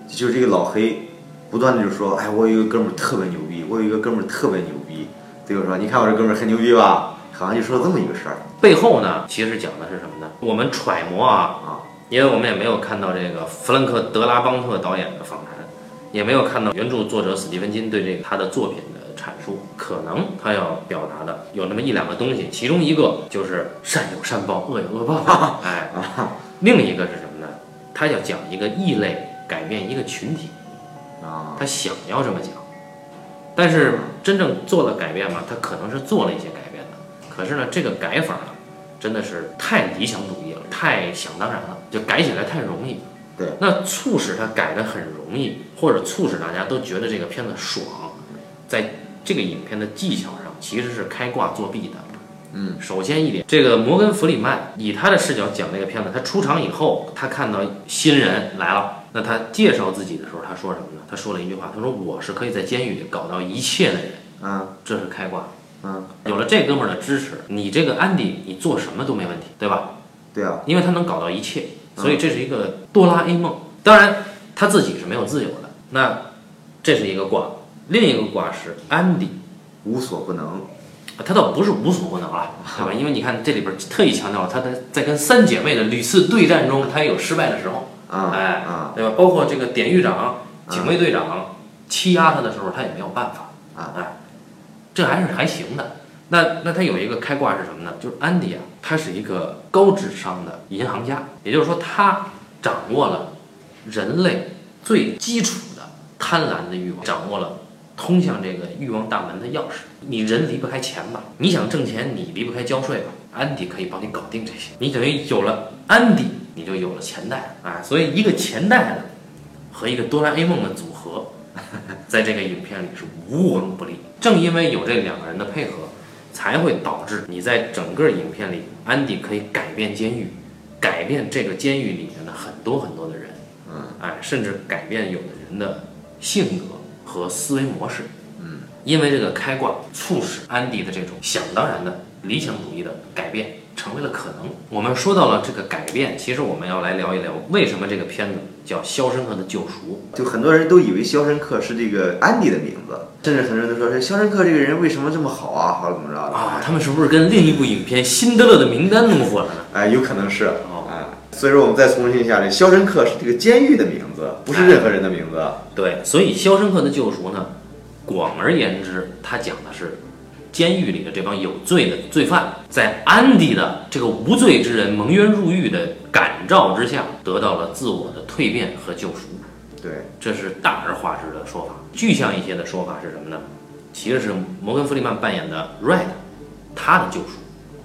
[SPEAKER 2] 就是这个老黑，不断的就说，哎，我有一个哥们儿特别牛逼，我有一个哥们儿特别牛逼。对我说，你看我这哥们儿很牛逼吧？好像就说了这么一个事儿
[SPEAKER 1] 背后呢，其实讲的是什么呢？我们揣摩啊，
[SPEAKER 2] 啊。
[SPEAKER 1] 因为我们也没有看到这个弗兰克·德拉邦特导演的访谈，也没有看到原著作者史蒂芬金对这个他的作品的阐述，可能他要表达的有那么一两个东西，其中一个就是善有善报，恶有恶报，哎，另一个是什么呢？他要讲一个异类改变一个群体，
[SPEAKER 2] 啊，
[SPEAKER 1] 他想要这么讲，但是真正做了改变嘛，他可能是做了一些改变的。可是呢，这个改法呢，啊真的是太理想主义了，太想当然了，就改起来太容易。
[SPEAKER 2] 对，
[SPEAKER 1] 那促使它改的很容易，或者促使大家都觉得这个片子爽，在这个影片的技巧上其实是开挂作弊的。
[SPEAKER 2] 嗯，
[SPEAKER 1] 首先一点，这个摩根·弗里曼以他的视角讲这个片子，他出场以后，他看到新人来了，那他介绍自己的时候，他说什么呢？他说了一句话，他说：“我是可以在监狱里搞到一切的人。”
[SPEAKER 2] 啊
[SPEAKER 1] 这是开挂。
[SPEAKER 2] 啊，
[SPEAKER 1] 有了这哥们儿的支持，你这个安迪，你做什么都没问题，对吧？
[SPEAKER 2] 对啊，
[SPEAKER 1] 因为他能搞到一切，
[SPEAKER 2] 嗯
[SPEAKER 1] 所以这是一个哆啦 A 梦。当然，他自己是没有自由的。那这是一个卦，另一个卦是安迪，
[SPEAKER 2] 无所不能。
[SPEAKER 1] 啊他倒不是无所不能啊，对吧？因为你看这里边特意强调了，他在在跟三姐妹的屡次对战中，他也有失败的时候，
[SPEAKER 2] 啊
[SPEAKER 1] 哎
[SPEAKER 2] 啊
[SPEAKER 1] 对吧？包括这个典狱长、
[SPEAKER 2] 嗯
[SPEAKER 1] 警卫队长欺压他的时候，他也没有办法。
[SPEAKER 2] 啊
[SPEAKER 1] 哎，这还是还行的。那那他有一个开挂是什么呢？就是安迪啊，他是一个高智商的银行家，也就是说他掌握了人类最基础的贪婪的欲望，掌握了通向这个欲望大门的钥匙。你人离不开钱吧？你想挣钱，你离不开交税吧？安迪可以帮你搞定这些。你等于有了安迪，你就有了钱袋啊。所以一个钱袋的和一个哆啦 A 梦的组合， 在这个影片里是无往不利。正因为有这两个人的配合，才会导致你在整个影片里，安迪可以改变监狱，改变这个监狱里面的很多很多的人，
[SPEAKER 2] 嗯，
[SPEAKER 1] 哎，甚至改变有的人的性格和思维模式，嗯，因为这个开挂促使安迪的这种想当然的理想主义的改变。成为了可能。我们说到了这个改变，其实我们要来聊一聊为什么这个片子叫《肖申克的救赎》。
[SPEAKER 2] 就很多人都以为肖申克是这个安迪的名字，甚至很多人都说是肖申克这个人为什么这么好啊，或者怎么着的？
[SPEAKER 1] 啊，他们是不是跟另一部影片《辛德勒的名单》弄混了呢？
[SPEAKER 2] 哎，有可能是
[SPEAKER 1] 哦
[SPEAKER 2] 哎，所以说我们再重申一下，这肖申克是这个监狱的名字，不是任何人的名
[SPEAKER 1] 哎
[SPEAKER 2] 字。
[SPEAKER 1] 对，所以《肖申克的救赎》呢，广而言之，它讲的是监狱里的这帮有罪的罪犯，在安迪的这个无罪之人蒙冤入狱的感召之下，得到了自我的蜕变和救赎。
[SPEAKER 2] 对，
[SPEAKER 1] 这是大而化之的说法。具象一些的说法是什么呢？其实是摩根·弗里曼扮演的 Red，他的救赎。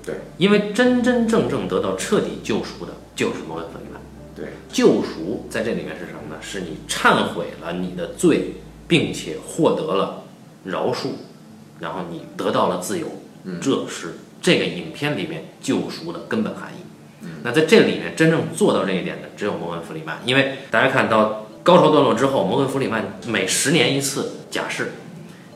[SPEAKER 2] 对，
[SPEAKER 1] 因为真真正正得到彻底救赎的，就是摩根·弗里曼。
[SPEAKER 2] 对，
[SPEAKER 1] 救赎在这里面是什么呢？是你忏悔了你的罪，并且获得了饶恕，然后你得到了自由。
[SPEAKER 2] 嗯
[SPEAKER 1] 这是这个影片里面救赎的根本含义。那在这里面真正做到这一点的只有摩根·弗里曼，因为大家看到高潮段落之后，摩根·弗里曼每十年一次假释，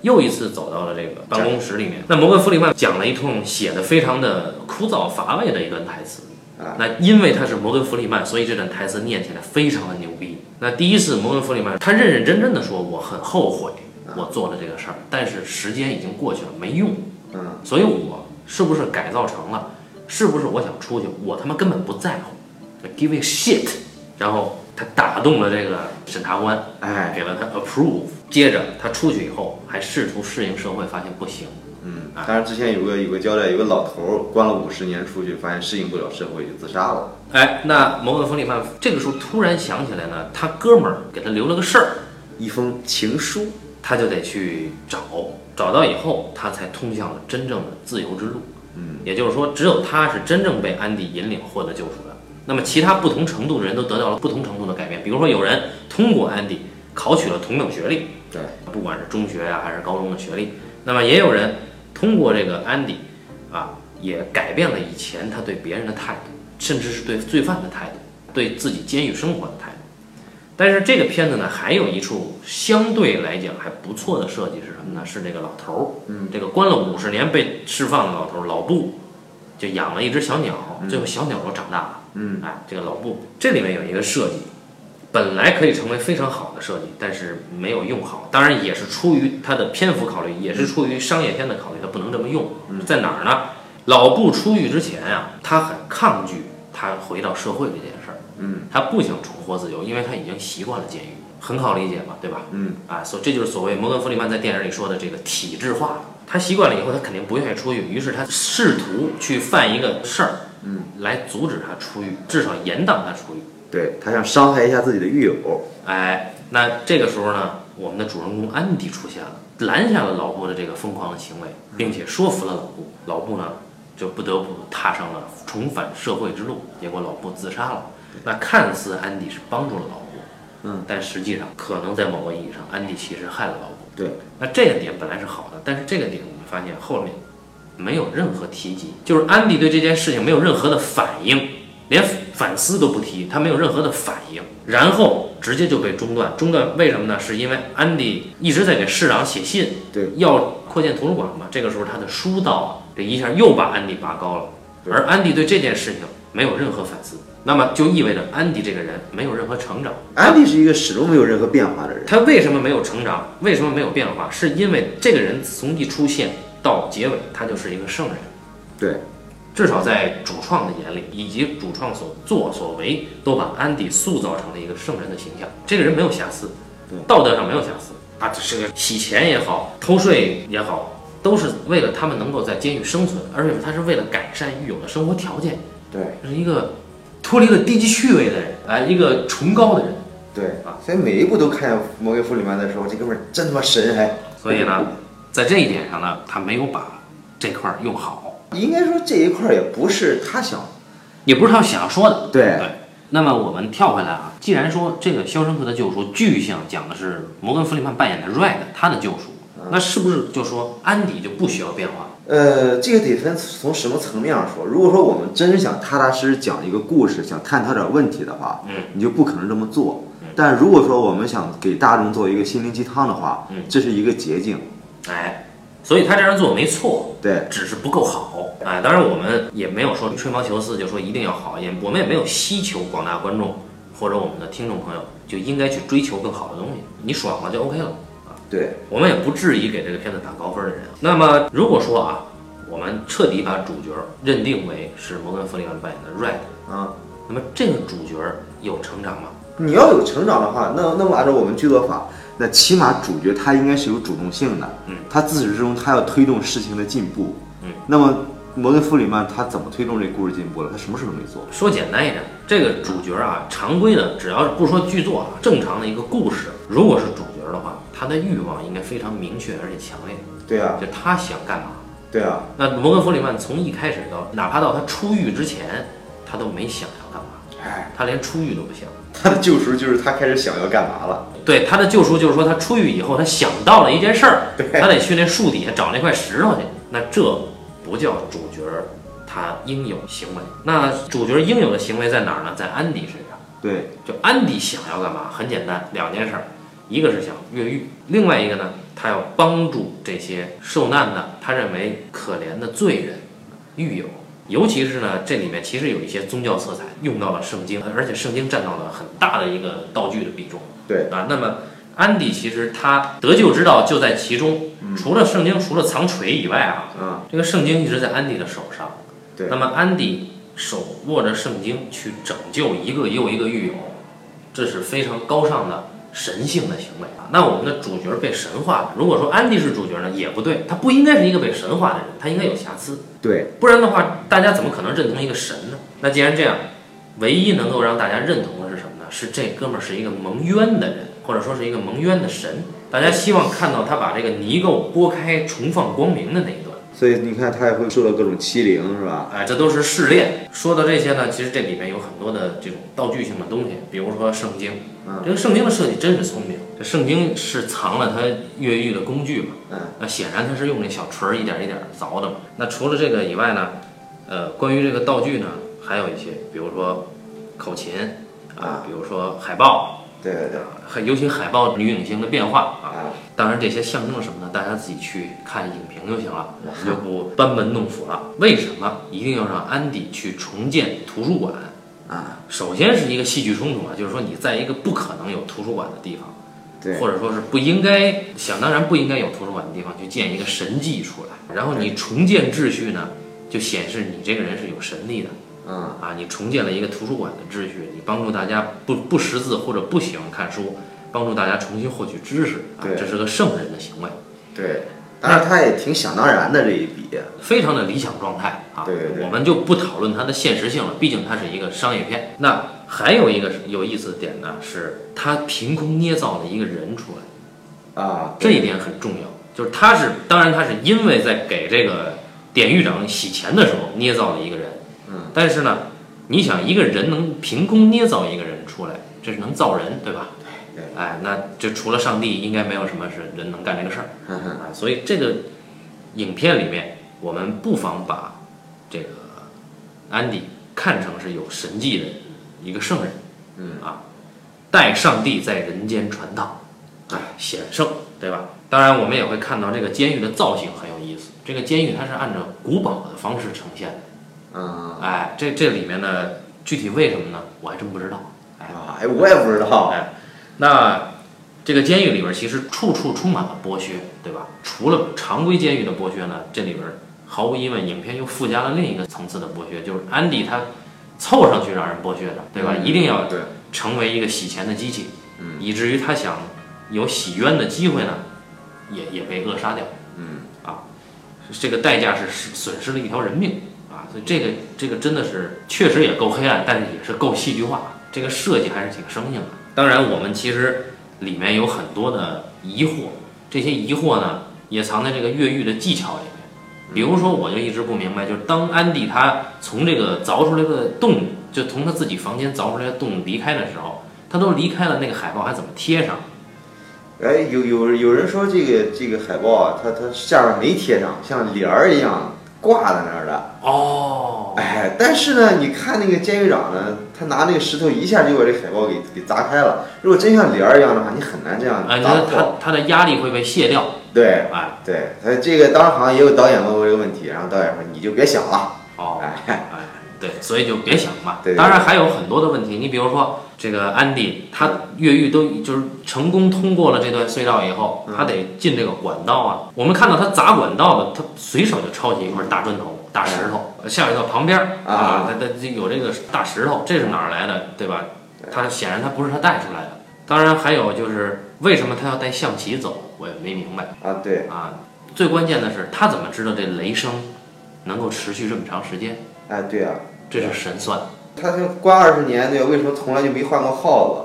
[SPEAKER 1] 又一次走到了这个办公室里面。那摩根·弗里曼讲了一通写的非常的枯燥乏味的一段台词。
[SPEAKER 2] 啊
[SPEAKER 1] 那因为他是摩根·弗里曼，所以这段台词念起来非常的牛逼。那第一次摩根·弗里曼他认认真真的说：“我很后悔我做了这个事儿，但是时间已经过去了，没用。”
[SPEAKER 2] 嗯，
[SPEAKER 1] 所以我是不是改造成了？是不是我想出去？我他妈根本不在乎，give a shit。然后他打动了这个审查官，
[SPEAKER 2] 哎，
[SPEAKER 1] 给了他 approve。接着他出去以后，还试图适应社会，发现不行。
[SPEAKER 2] 嗯，当然之前有个有个交代，有个老头儿关了五十年出去，发现适应不了社会就自杀了。
[SPEAKER 1] 哎，那摩根弗里曼这个时候突然想起来呢，他哥们儿给他留了个事儿，
[SPEAKER 2] 一封情书，
[SPEAKER 1] 他就得去找，找到以后，他才通向了真正的自由之路。
[SPEAKER 2] 嗯，
[SPEAKER 1] 也就是说，只有他是真正被安迪引领获得救赎的。那么，其他不同程度的人都得到了不同程度的改变。比如说，有人通过安迪考取了同等学历，
[SPEAKER 2] 对，
[SPEAKER 1] 不管是中学呀、还是高中的学历。那么，也有人通过这个安迪啊，也改变了以前他对别人的态度，甚至是对罪犯的态度，对自己监狱生活的态度。但是这个片子呢，还有一处相对来讲还不错的设计是什么呢？是这个老头儿，
[SPEAKER 2] 嗯，
[SPEAKER 1] 这个关了五十年被释放的老头儿老布，就养了一只小鸟，最后小鸟都长大了。
[SPEAKER 2] 嗯，
[SPEAKER 1] 哎，这个老布这里面有一个设计，本来可以成为非常好的设计，但是没有用好。当然也是出于它的篇幅考虑，也是出于商业片的考虑，它不能这么用。
[SPEAKER 2] 嗯
[SPEAKER 1] 在哪儿呢？老布出狱之前啊，他很抗拒他回到社会这件事儿。
[SPEAKER 2] 嗯，
[SPEAKER 1] 他不想重获自由，因为他已经习惯了监狱，很好理解嘛，对吧？
[SPEAKER 2] 嗯，
[SPEAKER 1] 啊，所以这就是所谓摩根·弗里曼在电影里说的这个体制化了。他习惯了以后，他肯定不愿意出狱，于是他试图去犯一个事儿，
[SPEAKER 2] 嗯，
[SPEAKER 1] 来阻止他出狱，至少严挡他出狱。
[SPEAKER 2] 对他想伤害一下自己的狱友。
[SPEAKER 1] 哎，那这个时候呢，我们的主人公安迪出现了，拦下了老布的这个疯狂的行为，并且说服了老布。老布呢，就不得不踏上了重返社会之路。结果老布自杀了，那看似安迪是帮助了老布，
[SPEAKER 2] 嗯，
[SPEAKER 1] 但实际上可能在某个意义上，安迪其实害了老布。
[SPEAKER 2] 对，
[SPEAKER 1] 那这个点本来是好的，但是这个点我们发现后面没有任何提及，就是安迪对这件事情没有任何的反应，连反思都不提，他没有任何的反应，然后直接就被中断。中断为什么呢？是因为安迪一直在给市长写信，
[SPEAKER 2] 对，
[SPEAKER 1] 要扩建图书馆嘛。这个时候他的书到啊，这一下又把安迪拔高了，
[SPEAKER 2] 对
[SPEAKER 1] 而安迪对这件事情没有任何反思，那么就意味着安迪这个人没有任何成长。
[SPEAKER 2] 安迪是一个始终没有任何变化的人。
[SPEAKER 1] 他为什么没有成长？为什么没有变化？是因为这个人从一出现到结尾，他就是一个圣人。
[SPEAKER 2] 对，
[SPEAKER 1] 至少在主创的眼里，以及主创所作所为，都把安迪塑造成了一个圣人的形象。这个人没有瑕疵
[SPEAKER 2] 对，
[SPEAKER 1] 道德上没有瑕疵啊，这是个洗钱也好，偷税也好，都是为了他们能够在监狱生存，而且他是为了改善狱友的生活条件，
[SPEAKER 2] 对，
[SPEAKER 1] 是一个脱离了低级趣味的人，哎，一个崇高的人。
[SPEAKER 2] 对
[SPEAKER 1] 啊，
[SPEAKER 2] 所以每一步都看《摩根弗里曼》的时候，这哥们儿真他妈神还。
[SPEAKER 1] 所以呢，在这一点上呢，他没有把这块儿用好，
[SPEAKER 2] 应该说这一块儿也不是他想。
[SPEAKER 1] 也不是他想要说的。
[SPEAKER 2] 对
[SPEAKER 1] 那么我们跳回来啊，既然说这个《肖申克的救赎》具象讲的是摩根·弗里曼扮演的 Red 他的救赎，那是不是就说安迪就不需要变化？
[SPEAKER 2] 呃，这个得分从什么层面上说。如果说我们真是想踏踏实实讲一个故事，想探讨点问题的话，
[SPEAKER 1] 嗯，
[SPEAKER 2] 你就不可能这么做
[SPEAKER 1] 嗯。
[SPEAKER 2] 但如果说我们想给大众做一个心灵鸡汤的话，
[SPEAKER 1] 嗯
[SPEAKER 2] 这是一个捷径。
[SPEAKER 1] 哎，所以他这样做没错，
[SPEAKER 2] 对，
[SPEAKER 1] 只是不够好。哎，当然我们也没有说吹毛求疵，就说一定要好，也我们也没有希求广大观众或者我们的听众朋友就应该去追求更好的东西，你爽了就 OK 了。
[SPEAKER 2] 对，
[SPEAKER 1] 我们也不质疑给这个片子打高分的人。那么如果说啊，我们彻底把主角认定为是摩根·弗里曼扮演的 Red，
[SPEAKER 2] 啊，
[SPEAKER 1] 那么这个主角有成长吗？
[SPEAKER 2] 你要有成长的话，那那么按照我们剧作法，那起码主角他应该是有主动性的，
[SPEAKER 1] 嗯，
[SPEAKER 2] 他自始至终他要推动事情的进步，
[SPEAKER 1] 嗯，
[SPEAKER 2] 那么摩根弗里曼他怎么推动这故事进步了？他什么事都没做，
[SPEAKER 1] 说简单一点，这个主角啊，常规的，只要是不说剧作啊，正常的一个故事，如果是主角的话，他的欲望应该非常明确而且强烈，
[SPEAKER 2] 对啊，
[SPEAKER 1] 就他想干嘛。
[SPEAKER 2] 对啊，
[SPEAKER 1] 那摩根·弗里曼从一开始到，哪怕到他出狱之前，他都没想要干嘛，
[SPEAKER 2] 哎，
[SPEAKER 1] 他连出狱都不想。
[SPEAKER 2] 他的救赎就是他开始想要干嘛了，
[SPEAKER 1] 对他的救赎就是说，他出狱以后，他想到了一件事儿，他得去那树底下找那块石头去。那这不叫主角他应有行为。那主角应有的行为在哪儿呢？在安迪身上。
[SPEAKER 2] 对，
[SPEAKER 1] 就安迪想要干嘛？很简单，两件事儿，一个是想越狱，另外一个呢，他要帮助这些受难的，他认为可怜的罪人、狱友。尤其是呢，这里面其实有一些宗教色彩，用到了圣经，而且圣经占到了很大的一个道具的比重。
[SPEAKER 2] 对
[SPEAKER 1] 啊，那么安迪其实他得救之道就在其中，除了圣经，除了藏锤以外啊，
[SPEAKER 2] 啊，
[SPEAKER 1] 这个圣经一直在安迪的手上。
[SPEAKER 2] 对
[SPEAKER 1] 那么安迪手握着圣经去拯救一个又一个狱友，这是非常高尚的神性的行为啊。那我们的主角被神化了，如果说安迪是主角呢，也不对，他不应该是一个被神化的人，他应该有瑕疵，
[SPEAKER 2] 对，
[SPEAKER 1] 不然的话，大家怎么可能认同一个神呢？那既然这样，唯一能够让大家认同的是什么呢？是这哥们儿是一个蒙冤的人，或者说是一个蒙冤的神。大家希望看到他把这个泥垢拨开，重放光明的那一段。
[SPEAKER 2] 所以你看他也会受到各种欺凌，是吧？
[SPEAKER 1] 哎，这都是试炼。说到这些呢，其实这里面有很多的这种道具性的东西，比如说圣经。
[SPEAKER 2] 嗯
[SPEAKER 1] 这个圣经的设计真是聪明。这圣经是藏了他越狱的工具嘛？
[SPEAKER 2] 嗯，
[SPEAKER 1] 那显然他是用那小锤儿一点一点凿的嘛。那除了这个以外呢，呃，关于这个道具呢，还有一些，比如说口琴啊，比如说海报
[SPEAKER 2] 对对对，
[SPEAKER 1] 啊，还尤其海报女影星的变化啊，
[SPEAKER 2] 啊，
[SPEAKER 1] 当然，这些象征什么呢？大家自己去看影评就行了，我们就不班门弄斧了。为什么一定要让安迪去重建图书馆？
[SPEAKER 2] 啊，
[SPEAKER 1] 首先是一个戏剧冲突啊，就是说你在一个不可能有图书馆的地方，
[SPEAKER 2] 对，
[SPEAKER 1] 或者说是不应该想当然不应该有图书馆的地方去建一个神迹出来，然后你重建秩序呢，就显示你这个人是有神力的。
[SPEAKER 2] 嗯，
[SPEAKER 1] 啊，你重建了一个图书馆的秩序，你帮助大家不不识字或者不喜欢看书，帮助大家重新获取知识啊，
[SPEAKER 2] 对
[SPEAKER 1] 这是个圣人的行为，
[SPEAKER 2] 对，当然他也挺想当然的这一笔，
[SPEAKER 1] 非常的理想状态啊。
[SPEAKER 2] 对对对
[SPEAKER 1] 我们就不讨论它的现实性了，毕竟它是一个商业片。那还有一个有意思的点呢，是他凭空捏造了一个人出来，
[SPEAKER 2] 啊，
[SPEAKER 1] 这一点很重要。就是他是，当然他是因为在给这个典狱长洗钱的时候，捏造了一个人。
[SPEAKER 2] 嗯，
[SPEAKER 1] 但是呢，你想一个人能凭空捏造一个人出来，这是能造人，对吧？
[SPEAKER 2] 对
[SPEAKER 1] 哎，那这除了上帝，应该没有什么是人能干这个事儿啊。所以这个影片里面，我们不妨把这个安迪看成是有神迹的一个圣人，
[SPEAKER 2] 嗯
[SPEAKER 1] 啊，代上帝在人间传道，哎，显圣，对吧？当然，我们也会看到这个监狱的造型很有意思。这个监狱它是按照古堡的方式呈现的，
[SPEAKER 2] 嗯
[SPEAKER 1] 哎，这这里面呢，具体为什么呢？我还真不知道。哎，
[SPEAKER 2] 啊，哎，我也不知道。
[SPEAKER 1] 哎，那这个监狱里边其实处处充满了剥削，对吧？除了常规监狱的剥削呢，这里边毫无疑问，影片又附加了另一个层次的剥削，就是安迪他凑上去让人剥削的，对吧？
[SPEAKER 2] 嗯
[SPEAKER 1] 一定要
[SPEAKER 2] 对
[SPEAKER 1] 成为一个洗钱的机器，
[SPEAKER 2] 嗯
[SPEAKER 1] 以至于他想有洗冤的机会呢，也也被扼杀掉。
[SPEAKER 2] 嗯
[SPEAKER 1] 啊，这个代价是失损失了一条人命啊，所以这个这个真的是确实也够黑暗，但是也是够戏剧化，这个设计还是挺生硬的。当然，我们其实里面有很多的疑惑，这些疑惑呢也藏在这个越狱的技巧里面。比如说，我就一直不明白，就是当安迪他从这个凿出来的洞，就从他自己房间凿出来的洞离开的时候，他都离开了，那个海报还怎么贴上？
[SPEAKER 2] 哎，有有有人说这个这个海报啊，它它下面没贴上，像帘儿一样挂在那儿的。
[SPEAKER 1] 哦，
[SPEAKER 2] 哎，但是呢，你看那个监狱长呢，他拿那个石头一下就把这海报给给砸开了。如果真像帘儿一样的话，你很难这样
[SPEAKER 1] 啊，你
[SPEAKER 2] 砸
[SPEAKER 1] 看
[SPEAKER 2] 破。
[SPEAKER 1] 他他的压力会被卸掉，
[SPEAKER 2] 对
[SPEAKER 1] 哎，
[SPEAKER 2] 对，他这个当时好像也有导演问过这个问题，然后导演说你就别想了。
[SPEAKER 1] 哦，
[SPEAKER 2] 哎，
[SPEAKER 1] 哎， 对，所以就别想嘛。
[SPEAKER 2] 对对对
[SPEAKER 1] 当然还有很多的问题，你比如说这个安迪，他越狱都就是成功通过了这段隧道以后，
[SPEAKER 2] 嗯
[SPEAKER 1] 他得进这个管道啊。我们看到他砸管道的，他随手就抄起一块大砖头、大石头，下水道旁边儿
[SPEAKER 2] 嗯啊
[SPEAKER 1] 啊，他他有这个大石头，这是哪儿来的，对吧？他显然他不是他带出来的。当然还有就是为什么他要带象棋走，我也没明白
[SPEAKER 2] 啊，对，
[SPEAKER 1] 啊。最关键的是他怎么知道这雷声能够持续这么长时间？
[SPEAKER 2] 哎，对啊，
[SPEAKER 1] 这是神算
[SPEAKER 2] 他就关二十年，对，为什么从来就没换过号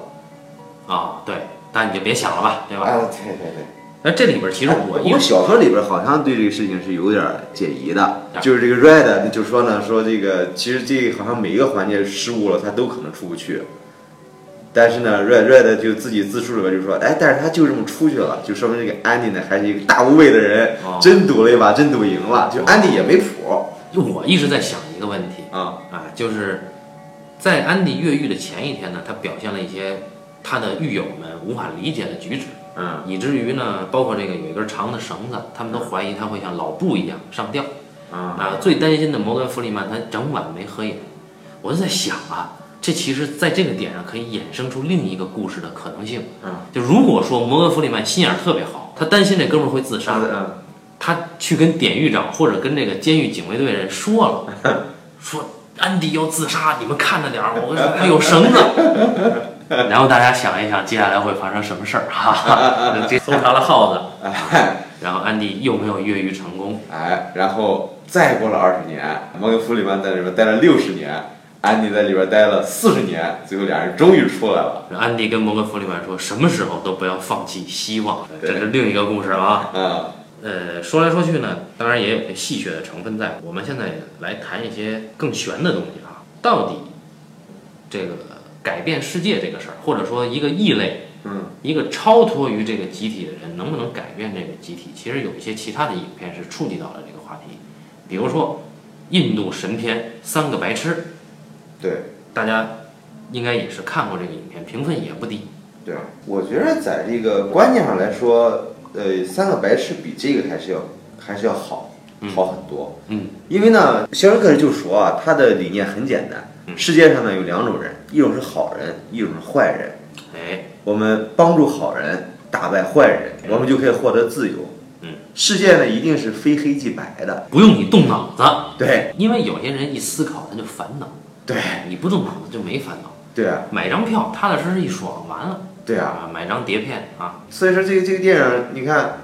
[SPEAKER 1] 啊、对，但你就别想了吧，对
[SPEAKER 2] 子？
[SPEAKER 1] 吧？
[SPEAKER 2] 啊，对对对。
[SPEAKER 1] 那这里边其实我
[SPEAKER 2] 不
[SPEAKER 1] 一
[SPEAKER 2] 过哎 小说里边好像对这个事情是有点解疑的，
[SPEAKER 1] 啊
[SPEAKER 2] 就是这个 Red 就说呢，说这个其实这个好像每一个环节失误了，他都可能出不去。但是呢，Red Red 就自己自述里边就说，哎，但是他就这么出去了，就说明这个 Andy 呢还是一个大无畏的人，
[SPEAKER 1] 哦
[SPEAKER 2] 真赌了一把，真赌赢了，就 Andy 也没谱
[SPEAKER 1] 我一直在想一个问题
[SPEAKER 2] 啊，
[SPEAKER 1] 啊，就是在安迪越狱的前一天呢，他表现了一些他的狱友们无法理解的举止，
[SPEAKER 2] 嗯
[SPEAKER 1] 以至于呢，包括这个有一根长的绳子，他们都怀疑他会像老布一样上吊
[SPEAKER 2] 啊，
[SPEAKER 1] 啊。最担心的摩根·弗里曼他整晚没合眼，我就在想啊，这其实在这个点上可以衍生出另一个故事的可能性。
[SPEAKER 2] 嗯，
[SPEAKER 1] 就如果说摩根·弗里曼心眼儿特别好，他担心这哥们儿会自杀，
[SPEAKER 2] 嗯
[SPEAKER 1] 他去跟典狱长或者跟这个监狱警卫队人说了， 说安迪要自杀，你们看着点儿，我他有绳子。然后大家想一想，接下来会发生什么事儿哈 哈？搜查了耗 子，然后安迪又没有越狱成功，
[SPEAKER 2] 哎，然后再过了二十年，摩根弗里曼在里边待了六十年，安迪在里边待了四十年，最后俩人终于出来了。
[SPEAKER 1] 安迪跟摩根·弗里曼说，什么时候都不要放弃希望。
[SPEAKER 2] 对
[SPEAKER 1] 这是另一个故事啊。
[SPEAKER 2] 啊，
[SPEAKER 1] 呃，说来说去呢，当然也有这戏谑的成分在。我们现在来谈一些更玄的东西啊，到底这个改变世界这个事儿，或者说一个异类，
[SPEAKER 2] 嗯，
[SPEAKER 1] 一个超脱于这个集体的人，能不能改变这个集体？其实有一些其他的影片是触及到了这个话题，比如说印度神片《三个白痴》，
[SPEAKER 2] 对
[SPEAKER 1] 大家应该也是看过这个影片，评分也不低。
[SPEAKER 2] 对，啊我觉得在这个观念上来说，呃，三个白痴比这个还是要还是要好
[SPEAKER 1] 嗯
[SPEAKER 2] 好很多。
[SPEAKER 1] 嗯，
[SPEAKER 2] 因为呢，肖申克人就说啊，他的理念很简单，
[SPEAKER 1] 嗯
[SPEAKER 2] 世界上呢有两种人，一种是好人，一种是坏人。
[SPEAKER 1] 哎，
[SPEAKER 2] 我们帮助好人，打败坏人，我们就可以获得自由。
[SPEAKER 1] 嗯，
[SPEAKER 2] 世界呢一定是非黑即白的。
[SPEAKER 1] 不用你动脑子，
[SPEAKER 2] 对
[SPEAKER 1] 因为有些人一思考他就烦恼，
[SPEAKER 2] 对
[SPEAKER 1] 你不动脑子就没烦恼。
[SPEAKER 2] 对啊
[SPEAKER 1] 买张票，踏踏实实一爽，完了。
[SPEAKER 2] 对啊，
[SPEAKER 1] 啊，买张碟片啊，
[SPEAKER 2] 所以说这个这个电影，你看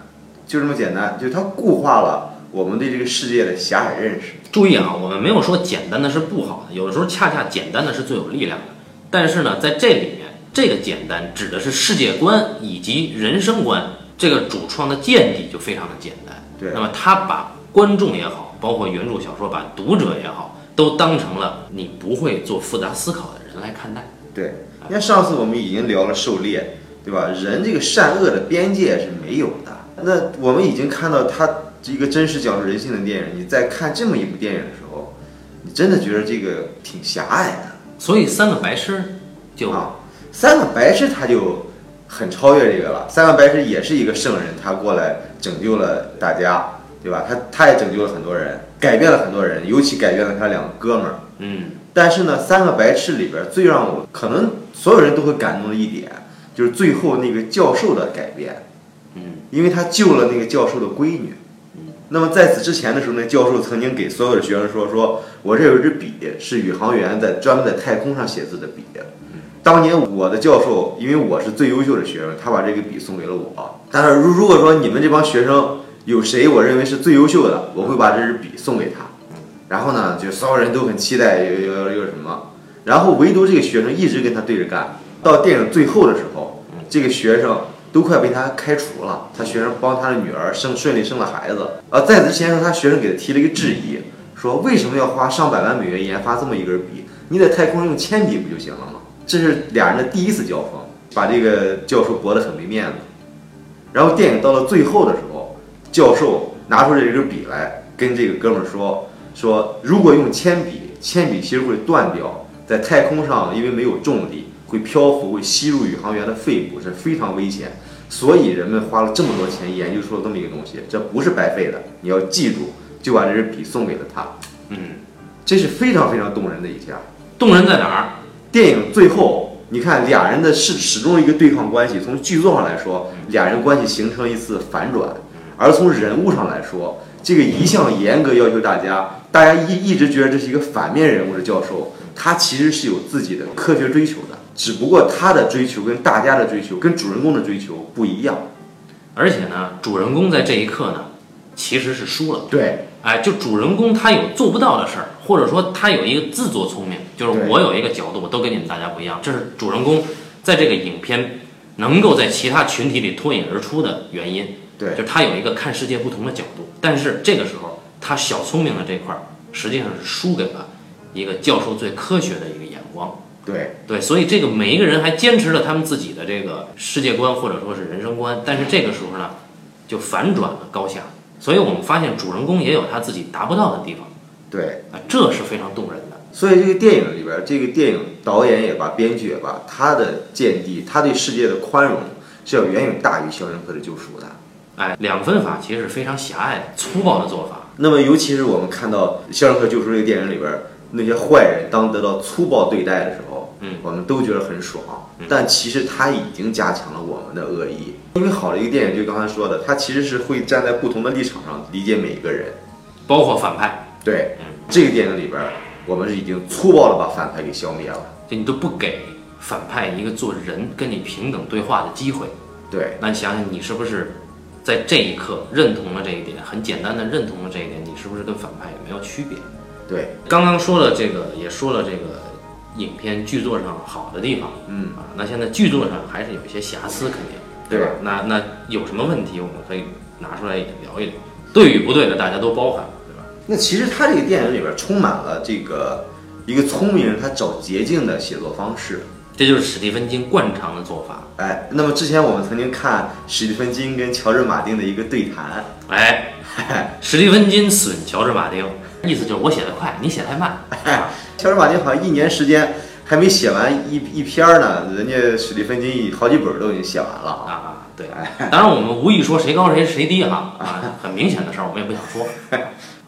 [SPEAKER 2] 就这么简单，就是它固化了我们对这个世界的狭隘认识。
[SPEAKER 1] 注意啊，我们没有说简单的是不好的，有的时候恰恰简单的是最有力量的。但是呢，在这里面，这个简单指的是世界观以及人生观，这个主创的见地就非常的简单。
[SPEAKER 2] 对
[SPEAKER 1] 那么他把观众也好，包括原著小说，把读者也好，都当成了你不会做复杂思考的人来看待。
[SPEAKER 2] 对，你看上次我们已经聊了狩猎，对吧？人这个善恶的边界是没有的。那我们已经看到它一个真实讲述人性的电影，你在看这么一部电影的时候，你真的觉得这个挺狭隘的
[SPEAKER 1] 所以三个白痴就
[SPEAKER 2] 啊。三个白痴他就很超越这个了，三个白痴也是一个圣人，他过来拯救了大家，对吧？他他也拯救了很多人，改变了很多人，尤其改变了他两个哥们儿。
[SPEAKER 1] 嗯
[SPEAKER 2] 但是呢，三个白痴里边最让我可能所有人都会感动的一点，就是最后那个教授的改变，
[SPEAKER 1] 嗯
[SPEAKER 2] 因为他救了那个教授的闺女。那么在此之前的时候呢，教授曾经给所有的学生说：“说我这有一支笔，是宇航员在专门在太空上写字的笔。当年我的教授，因为我是最优秀的学生，他把这个笔送给了我。但是如如果说你们这帮学生有谁我认为是最优秀的，我会把这支笔送给他。然后呢，就所有人都很期待有有有有什么，然后唯独这个学生一直跟他对着干。到电影最后的时候，这个学生都快被他开除了，他学生帮他的女儿生顺利生了孩子。呃，在此之前说，他学生给他提了一个质疑，说为什么要花上百万美元研发这么一根笔？你在太空用铅笔不就行了吗？这是俩人的第一次交锋，把这个教授驳得很没面子。然后电影到了最后的时候，教授拿出这根笔来跟这个哥们儿说。说如果用铅笔，铅笔芯儿会断掉，在太空上因为没有重力，会漂浮，会吸入宇航员的肺部，是非常危险。所以人们花了这么多钱研究出了这么一个东西，这不是白费的。你要记住，就把这支笔送给了他，
[SPEAKER 1] 嗯，
[SPEAKER 2] 这是非常非常动人的一啊下。
[SPEAKER 1] 动人在哪儿？
[SPEAKER 2] 电影最后，你看俩人的是始终一个对抗关系。从剧作上来说，俩人关系形成一次反转；而从人物上来说，这个一向严格要求大家，大家一一直觉得这是一个反面人物的教授，他其实是有自己的科学追求的，只不过他的追求跟大家的追求、跟主人公的追求不一样。
[SPEAKER 1] 而且呢，主人公在这一刻呢，其实是输了。
[SPEAKER 2] 对
[SPEAKER 1] 哎，就主人公他有做不到的事儿，或者说他有一个自作聪明，就是
[SPEAKER 2] 对
[SPEAKER 1] 我有一个角度，我都跟你们大家不一样，这是主人公在这个影片能够在其他群体里脱颖而出的原因，
[SPEAKER 2] 对
[SPEAKER 1] 就是他有一个看世界不同的角度。但是这个时候，他小聪明的这块儿实际上是输给了一个教授最科学的一个眼光。
[SPEAKER 2] 对
[SPEAKER 1] 对，所以这个每一个人还坚持着他们自己的这个世界观或者说是人生观，但是这个时候呢，就反转了高下。所以我们发现主人公也有他自己达不到的地方
[SPEAKER 2] 对，
[SPEAKER 1] 啊，这是非常动人的。
[SPEAKER 2] 所以这个电影里边儿，这个电影导演也罢，编剧也罢，他的见地，他对世界的宽容是要远远大于《肖申克的救赎》的。
[SPEAKER 1] 哎，两分法其实是非常狭隘的、粗暴的做法。
[SPEAKER 2] 那么，尤其是我们看到《肖申克救赎》这个电影里边儿，那些坏人当得到粗暴对待的时候，
[SPEAKER 1] 嗯，
[SPEAKER 2] 我们都觉得很爽。但其实他已经加强了我们的恶意，因为好的一个电影，就刚才说的，他其实是会站在不同的立场上理解每一个人。
[SPEAKER 1] 包括反派，
[SPEAKER 2] 对，这个电影里边儿，我们是已经粗暴的把反派给消灭了。
[SPEAKER 1] 就你都不给反派一个做人跟你平等对话的机会。
[SPEAKER 2] 对，
[SPEAKER 1] 那你想想，你是不是在这一刻认同了这一点？很简单的认同了这一点，你是不是跟反派也没有区别？
[SPEAKER 2] 对，
[SPEAKER 1] 刚刚说了这个，也说了这个影片剧作上好的地方
[SPEAKER 2] 嗯，
[SPEAKER 1] 啊，那现在剧作上还是有一些瑕疵，肯定对吧？那那有什么问题，我们可以拿出来也聊一聊。对与不对的，大家都包含，对吧？
[SPEAKER 2] 那其实他这个电影里边充满了这个一个聪明人他找捷径的写作方式。
[SPEAKER 1] 这就是史蒂芬金惯常的做法。
[SPEAKER 2] 哎，那么之前我们曾经看史蒂芬金跟乔治马丁的一个对谈，
[SPEAKER 1] 哎，史蒂芬金损乔治马丁，意思就是我写的快，你写太慢。啊
[SPEAKER 2] 乔治马丁好像一年时间还没写完一一篇儿呢，人家史蒂芬金好几本儿都已经写完了啊。
[SPEAKER 1] 啊，对。当然，我们无意说谁高谁谁低哈，啊，很明显的事儿我们也不想说。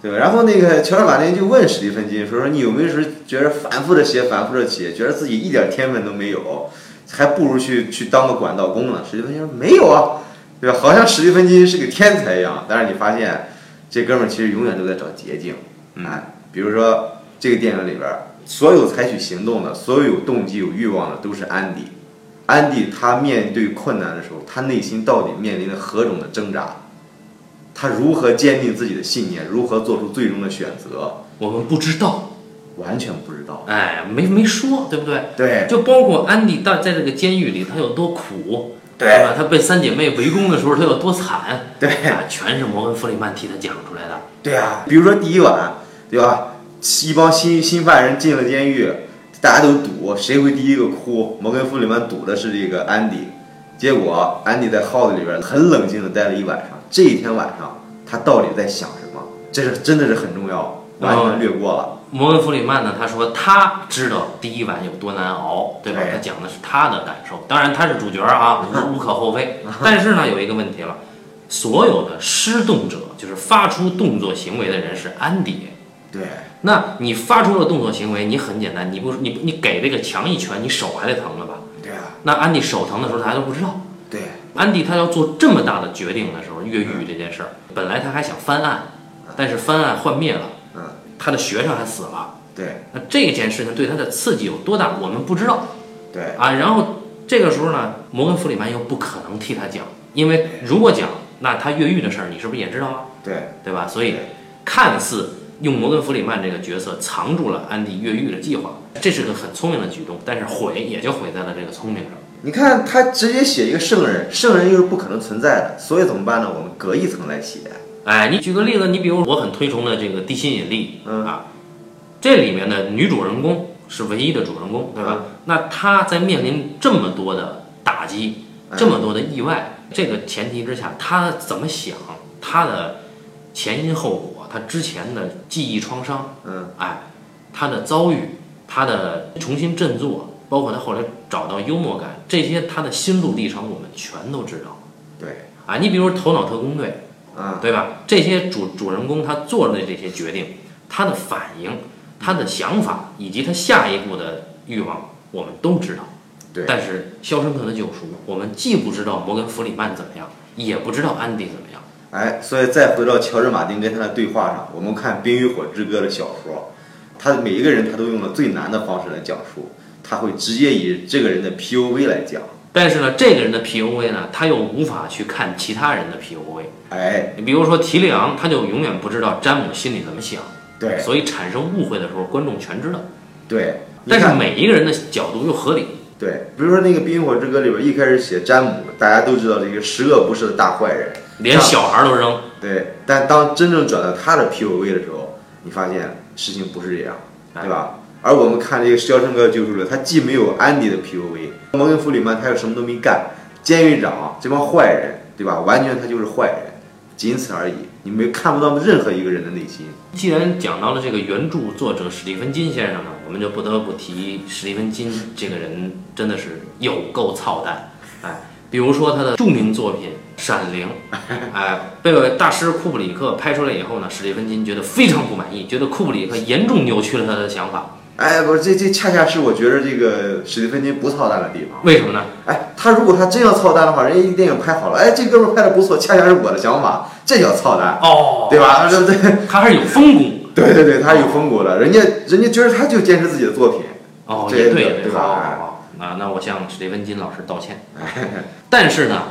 [SPEAKER 2] 对，然后那个乔治马丁就问史蒂芬金说：“说你有没有时候觉得反复的写，反复的写，觉得自己一点天分都没有，还不如去去当个管道工呢？”史蒂芬金说：“没有啊，对吧？好像史蒂芬金是个天才一样，但是你发现这哥们儿其实永远都在找捷径。哎，比如说这个电影里边儿，所有采取行动的，所有有动机、有欲望的都是安迪。安迪他面对困难的时候，他内心到底面临着何种的挣扎？他如何坚定自己的信念，如何做出最终的选择，
[SPEAKER 1] 我们不知道，
[SPEAKER 2] 完全不知道。
[SPEAKER 1] 哎，没没说，对不对？
[SPEAKER 2] 对
[SPEAKER 1] 就包括安迪到在这个监狱里他有多苦，对
[SPEAKER 2] 对
[SPEAKER 1] 吧？他被三姐妹围攻的时候，他有多惨？
[SPEAKER 2] 对
[SPEAKER 1] 啊，全是摩根·弗里曼替他讲出来的。
[SPEAKER 2] 对啊，比如说第一晚，对吧？一帮新新犯人进了监狱，大家都赌谁会第一个哭。摩根·弗里曼赌的是这个安迪，结果安迪在号子里边很冷静的待了一晚上。这一天晚上，他到底在想什么？这是真的是很重要，完全略过了。
[SPEAKER 1] 摩根·弗里曼呢，他说他知道第一晚有多难熬，对吧？
[SPEAKER 2] 对
[SPEAKER 1] 他讲的是他的感受，当然他是主角啊，无无可厚非。但是呢，有一个问题了，所有的施动者，就是发出动作行为的人是安迪。
[SPEAKER 2] 对
[SPEAKER 1] 那你发出了动作行为，你很简单，你不你你给这个墙一拳，你手还得疼了吧？
[SPEAKER 2] 对啊，
[SPEAKER 1] 那安迪手疼的时候，大家都不知道。
[SPEAKER 2] 对
[SPEAKER 1] 安迪他要做这么大的决定的时候，越狱这件事儿，本来他还想翻案，但是翻案幻灭了，
[SPEAKER 2] 嗯，
[SPEAKER 1] 他的学生还死了。
[SPEAKER 2] 对
[SPEAKER 1] 那这件事情对他的刺激有多大，我们不知道
[SPEAKER 2] 对
[SPEAKER 1] 啊。然后这个时候呢，摩根·弗里曼又不可能替他讲，因为如果讲，那他越狱的事儿你是不是也知道啊？
[SPEAKER 2] 对
[SPEAKER 1] 对吧？所以看似用摩根·弗里曼这个角色藏住了安迪越狱的计划，这是个很聪明的举动，但是毁也就毁在了这个聪明上。
[SPEAKER 2] 你看他直接写一个圣人，圣人又是不可能存在的，所以怎么办呢？我们隔一层来写。
[SPEAKER 1] 哎，你举个例子，你比如我很推崇的这个《地心引力》
[SPEAKER 2] 嗯
[SPEAKER 1] 啊，这里面的女主人公是唯一的主人公，对吧？
[SPEAKER 2] 嗯
[SPEAKER 1] 那她在面临这么多的打击、
[SPEAKER 2] 嗯
[SPEAKER 1] 这么多的意外，这个前提之下，她怎么想？她的前因后果，她之前的记忆创伤，
[SPEAKER 2] 嗯，
[SPEAKER 1] 哎，她的遭遇，她的重新振作，包括她后来找到幽默感，这些她的心路历程，我们全都知道
[SPEAKER 2] 对，
[SPEAKER 1] 啊。你比如《头脑特工队》。
[SPEAKER 2] 啊，
[SPEAKER 1] 对吧？这些主主人公他做的这些决定，他的反应、他的想法以及他下一步的欲望，我们都知道。
[SPEAKER 2] 对
[SPEAKER 1] 但是《肖申克的救赎》，我们既不知道摩根·弗里曼怎么样，也不知道安迪怎么样。
[SPEAKER 2] 哎，所以再回到乔治·马丁跟他的对话上，我们看《冰与火之歌》的小说，他每一个人他都用了最难的方式来讲述，他会直接以这个人的 POV 来讲。
[SPEAKER 1] 但是呢，这个人的 PUA 呢，他又无法去看其他人的 PUA。
[SPEAKER 2] 哎，
[SPEAKER 1] 你比如说提利昂，他就永远不知道詹姆心里怎么想，
[SPEAKER 2] 对
[SPEAKER 1] 所以产生误会的时候，观众全知道。
[SPEAKER 2] 对，
[SPEAKER 1] 但
[SPEAKER 2] 你
[SPEAKER 1] 是
[SPEAKER 2] 看
[SPEAKER 1] 每一个人的角度又合理，
[SPEAKER 2] 对，比如说那个《冰与火之歌》里边一开始写詹姆，大家都知道这个十恶不赦的大坏人，
[SPEAKER 1] 连小孩都扔。
[SPEAKER 2] 对，但当真正转到他的 POV 的时候，你发现事情不是这样，
[SPEAKER 1] 哎
[SPEAKER 2] 对吧？而我们看这个《肖申克的救赎者》，他既没有安迪的 POV，摩根·弗里曼他又什么都没干，监狱长这帮坏人，对吧？完全他就是坏人，仅此而已。你没看不到任何一个人的内心。
[SPEAKER 1] 既然讲到了这个原著作者史蒂芬金先生呢，我们就不得不提史蒂芬金这个人真的是有够操蛋，哎，比如说他的著名作品《闪灵》，哎，被大师库布里克拍出来以后呢，史蒂芬金觉得非常不满意，觉得库布里克严重扭曲了他的想法，
[SPEAKER 2] 哎，不，这这恰恰是我觉得这个史蒂芬金不操蛋的地方。
[SPEAKER 1] 为什么呢？
[SPEAKER 2] 哎，他如果他真要操蛋的话，人家一电影拍好了，哎，这哥们儿拍的不错，恰恰是我的想法，这叫操蛋，
[SPEAKER 1] 哦，
[SPEAKER 2] 对吧？对不对？
[SPEAKER 1] 他还是有丰功，
[SPEAKER 2] 对对对，他是有风骨的，人家人家觉得他就坚持自己的作品，
[SPEAKER 1] 哦，
[SPEAKER 2] 这
[SPEAKER 1] 也
[SPEAKER 2] 个
[SPEAKER 1] 对，也
[SPEAKER 2] 对
[SPEAKER 1] 好
[SPEAKER 2] 吧
[SPEAKER 1] 好好啊，那我向史蒂芬金老师道歉。但是呢，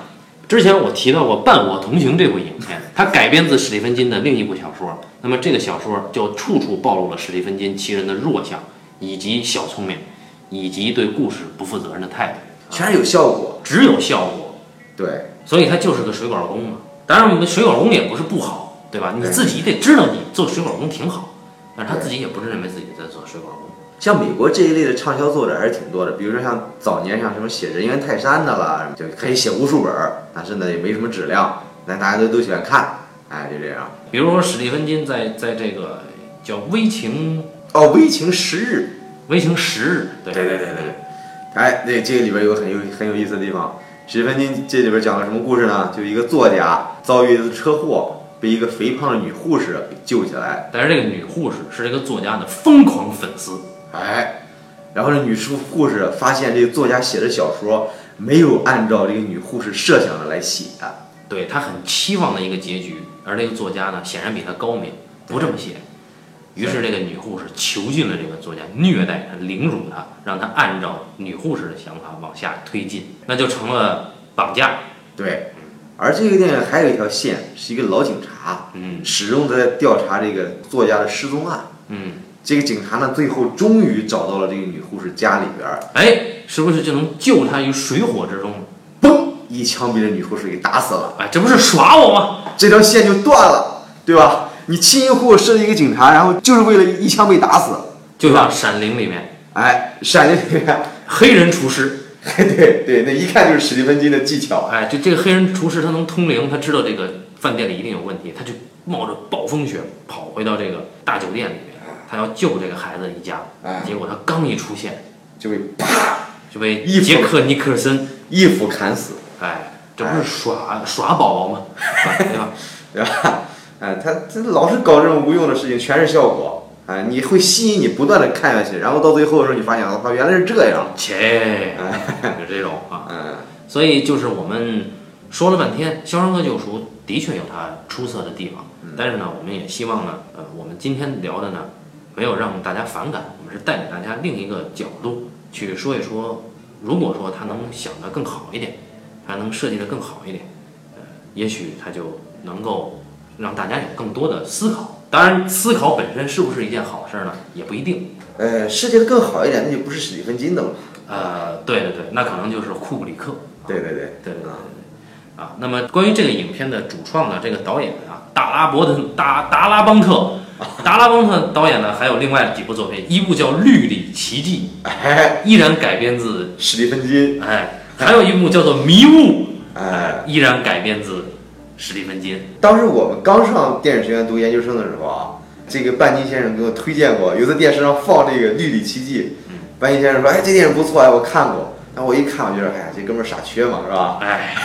[SPEAKER 1] 之前我提到过《伴我同行》这部影片，它改编自史蒂芬金的另一部小说。那么这个小说就处处暴露了史蒂芬金其人的弱项，以及小聪明，以及对故事不负责任的态度，
[SPEAKER 2] 全是有效果。
[SPEAKER 1] 只有效果，
[SPEAKER 2] 对
[SPEAKER 1] 所以他就是个水管工嘛。当然，我们水管工也不是不好，对吧？你
[SPEAKER 2] 对
[SPEAKER 1] 自己得知道你做水管工挺好，但是他自己也不是认为自己在做水管工。
[SPEAKER 2] 像美国这一类的畅销作者还是挺多的，比如说像早年像什么写人猿泰山的啦，就可以写无数本儿，但是呢也没什么质量，但大家都都喜欢看，哎，就这样。
[SPEAKER 1] 比如说史蒂芬金在在这个叫《危情
[SPEAKER 2] 哦，《危情十日
[SPEAKER 1] 危情十日》，对
[SPEAKER 2] 对对对对》，哎，对，这个里边有个很有很有意思的地方。史蒂芬金这里边讲了什么故事呢？就一个作家遭遇一次车祸，被一个肥胖的女护士给救起来，
[SPEAKER 1] 但是这个女护士是这个作家的疯狂粉丝，
[SPEAKER 2] 哎，然后这女书护士发现这个作家写的小说没有按照这个女护士设想的来写，啊
[SPEAKER 1] 对她很期望的一个结局，而这个作家呢，显然比她高明，不这么写。于是这个女护士囚禁了这个作家，虐待他、凌辱他，让他按照女护士的想法往下推进，那就成了绑架。
[SPEAKER 2] 对。而这个电影还有一条线是一个老警察，
[SPEAKER 1] 嗯
[SPEAKER 2] 始终在调查这个作家的失踪案。
[SPEAKER 1] 嗯，
[SPEAKER 2] 这个警察呢，最后终于找到了这个女护士家里边儿，
[SPEAKER 1] 哎，是不是就能救他于水火之中了？
[SPEAKER 2] 嘣，一枪被这女护士给打死了，
[SPEAKER 1] 哎，这不是耍我吗？
[SPEAKER 2] 这条线就断了，对吧？你亲一户设立一个警察，然后就是为了一枪被打死，
[SPEAKER 1] 就像《闪灵》里面
[SPEAKER 2] 哎，闪电里面，
[SPEAKER 1] 黑人厨师，
[SPEAKER 2] 对对，那一看就是史蒂芬金的技巧，
[SPEAKER 1] 哎，就这个黑人厨师他能通灵，他知道这个饭店里一定有问题，他就冒着暴风雪跑回到这个大酒店里面，他要救这个孩子一家，
[SPEAKER 2] 哎，
[SPEAKER 1] 结果他刚一出现
[SPEAKER 2] 就被啪
[SPEAKER 1] 就被
[SPEAKER 2] 一
[SPEAKER 1] 杰
[SPEAKER 2] 斧
[SPEAKER 1] 克尼克尔森，
[SPEAKER 2] 一斧砍死，
[SPEAKER 1] 哎，这不是耍耍宝宝吗？ 对吧？
[SPEAKER 2] 对吧？哎，他他老是搞这种无用的事情，全是效果。哎，你会吸引你不断的看下去，然后到最后的时候，你发现，我操，原来是这样。
[SPEAKER 1] 切，就这种啊。
[SPEAKER 2] 嗯，
[SPEAKER 1] 所以就是我们说了半天，《肖申克救赎》的确有它出色的地方，但是呢，我们也希望呢，呃，我们今天聊的呢，没有让大家反感，我们是带给大家另一个角度去说一说，如果说他能想得更好一点，他能设计得更好一点，呃，也许他就能够让大家有更多的思考。当然，思考本身是不是一件好事儿呢，也不一定。
[SPEAKER 2] 呃，世界的更好一点，那就不是史蒂芬金的了。
[SPEAKER 1] 呃，对对对，那可能就是库布里克。
[SPEAKER 2] 对对对，
[SPEAKER 1] 对对对
[SPEAKER 2] 啊
[SPEAKER 1] 对啊。那么关于这个影片的主创呢，这个导演啊，达拉伯特达达拉邦特，达拉邦特导演呢，还有另外几部作品，一部叫《绿里奇迹
[SPEAKER 2] 哎，》，
[SPEAKER 1] 依然改编自
[SPEAKER 2] 史蒂芬金，
[SPEAKER 1] 哎，还有一部叫做《迷雾》，
[SPEAKER 2] 哎，
[SPEAKER 1] 依然改编自史蒂芬金。
[SPEAKER 2] 当时我们刚上电影学院读研究生的时候啊，这个半斤先生给我推荐过，有的电视上放这个《绿里奇迹》，半斤先生说，哎，这电影不错，哎，我看过。然后我一看，我觉得，哎呀，这哥们儿傻缺嘛，是吧？ 哎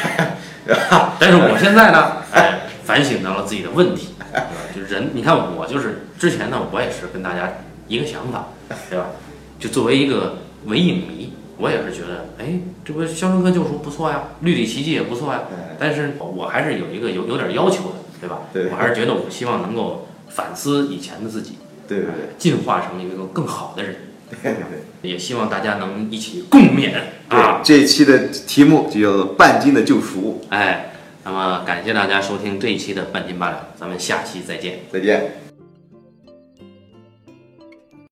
[SPEAKER 1] 哎，但是我现在呢，哎，反省到了自己的问题，对吧？就人，你看我就是之前呢，我也是跟大家一个想法，对吧？就作为一个伪影迷，我也是觉得，哎，这不《肖申克救赎》不错呀，《绿里奇迹》也不错呀，
[SPEAKER 2] 哎
[SPEAKER 1] 但是我还是有一个有有点要求的，对吧？
[SPEAKER 2] 对
[SPEAKER 1] 我还是觉得我希望能够反思以前的自己，
[SPEAKER 2] 对对对，
[SPEAKER 1] 进化成一个更好的人，
[SPEAKER 2] 对对对。
[SPEAKER 1] 也希望大家能一起共勉啊
[SPEAKER 2] 对，！这一期的题目就叫做《半斤的救赎
[SPEAKER 1] 哎，那么感谢大家收听这一期的半斤八两，咱们下期再见。》，
[SPEAKER 2] 再见。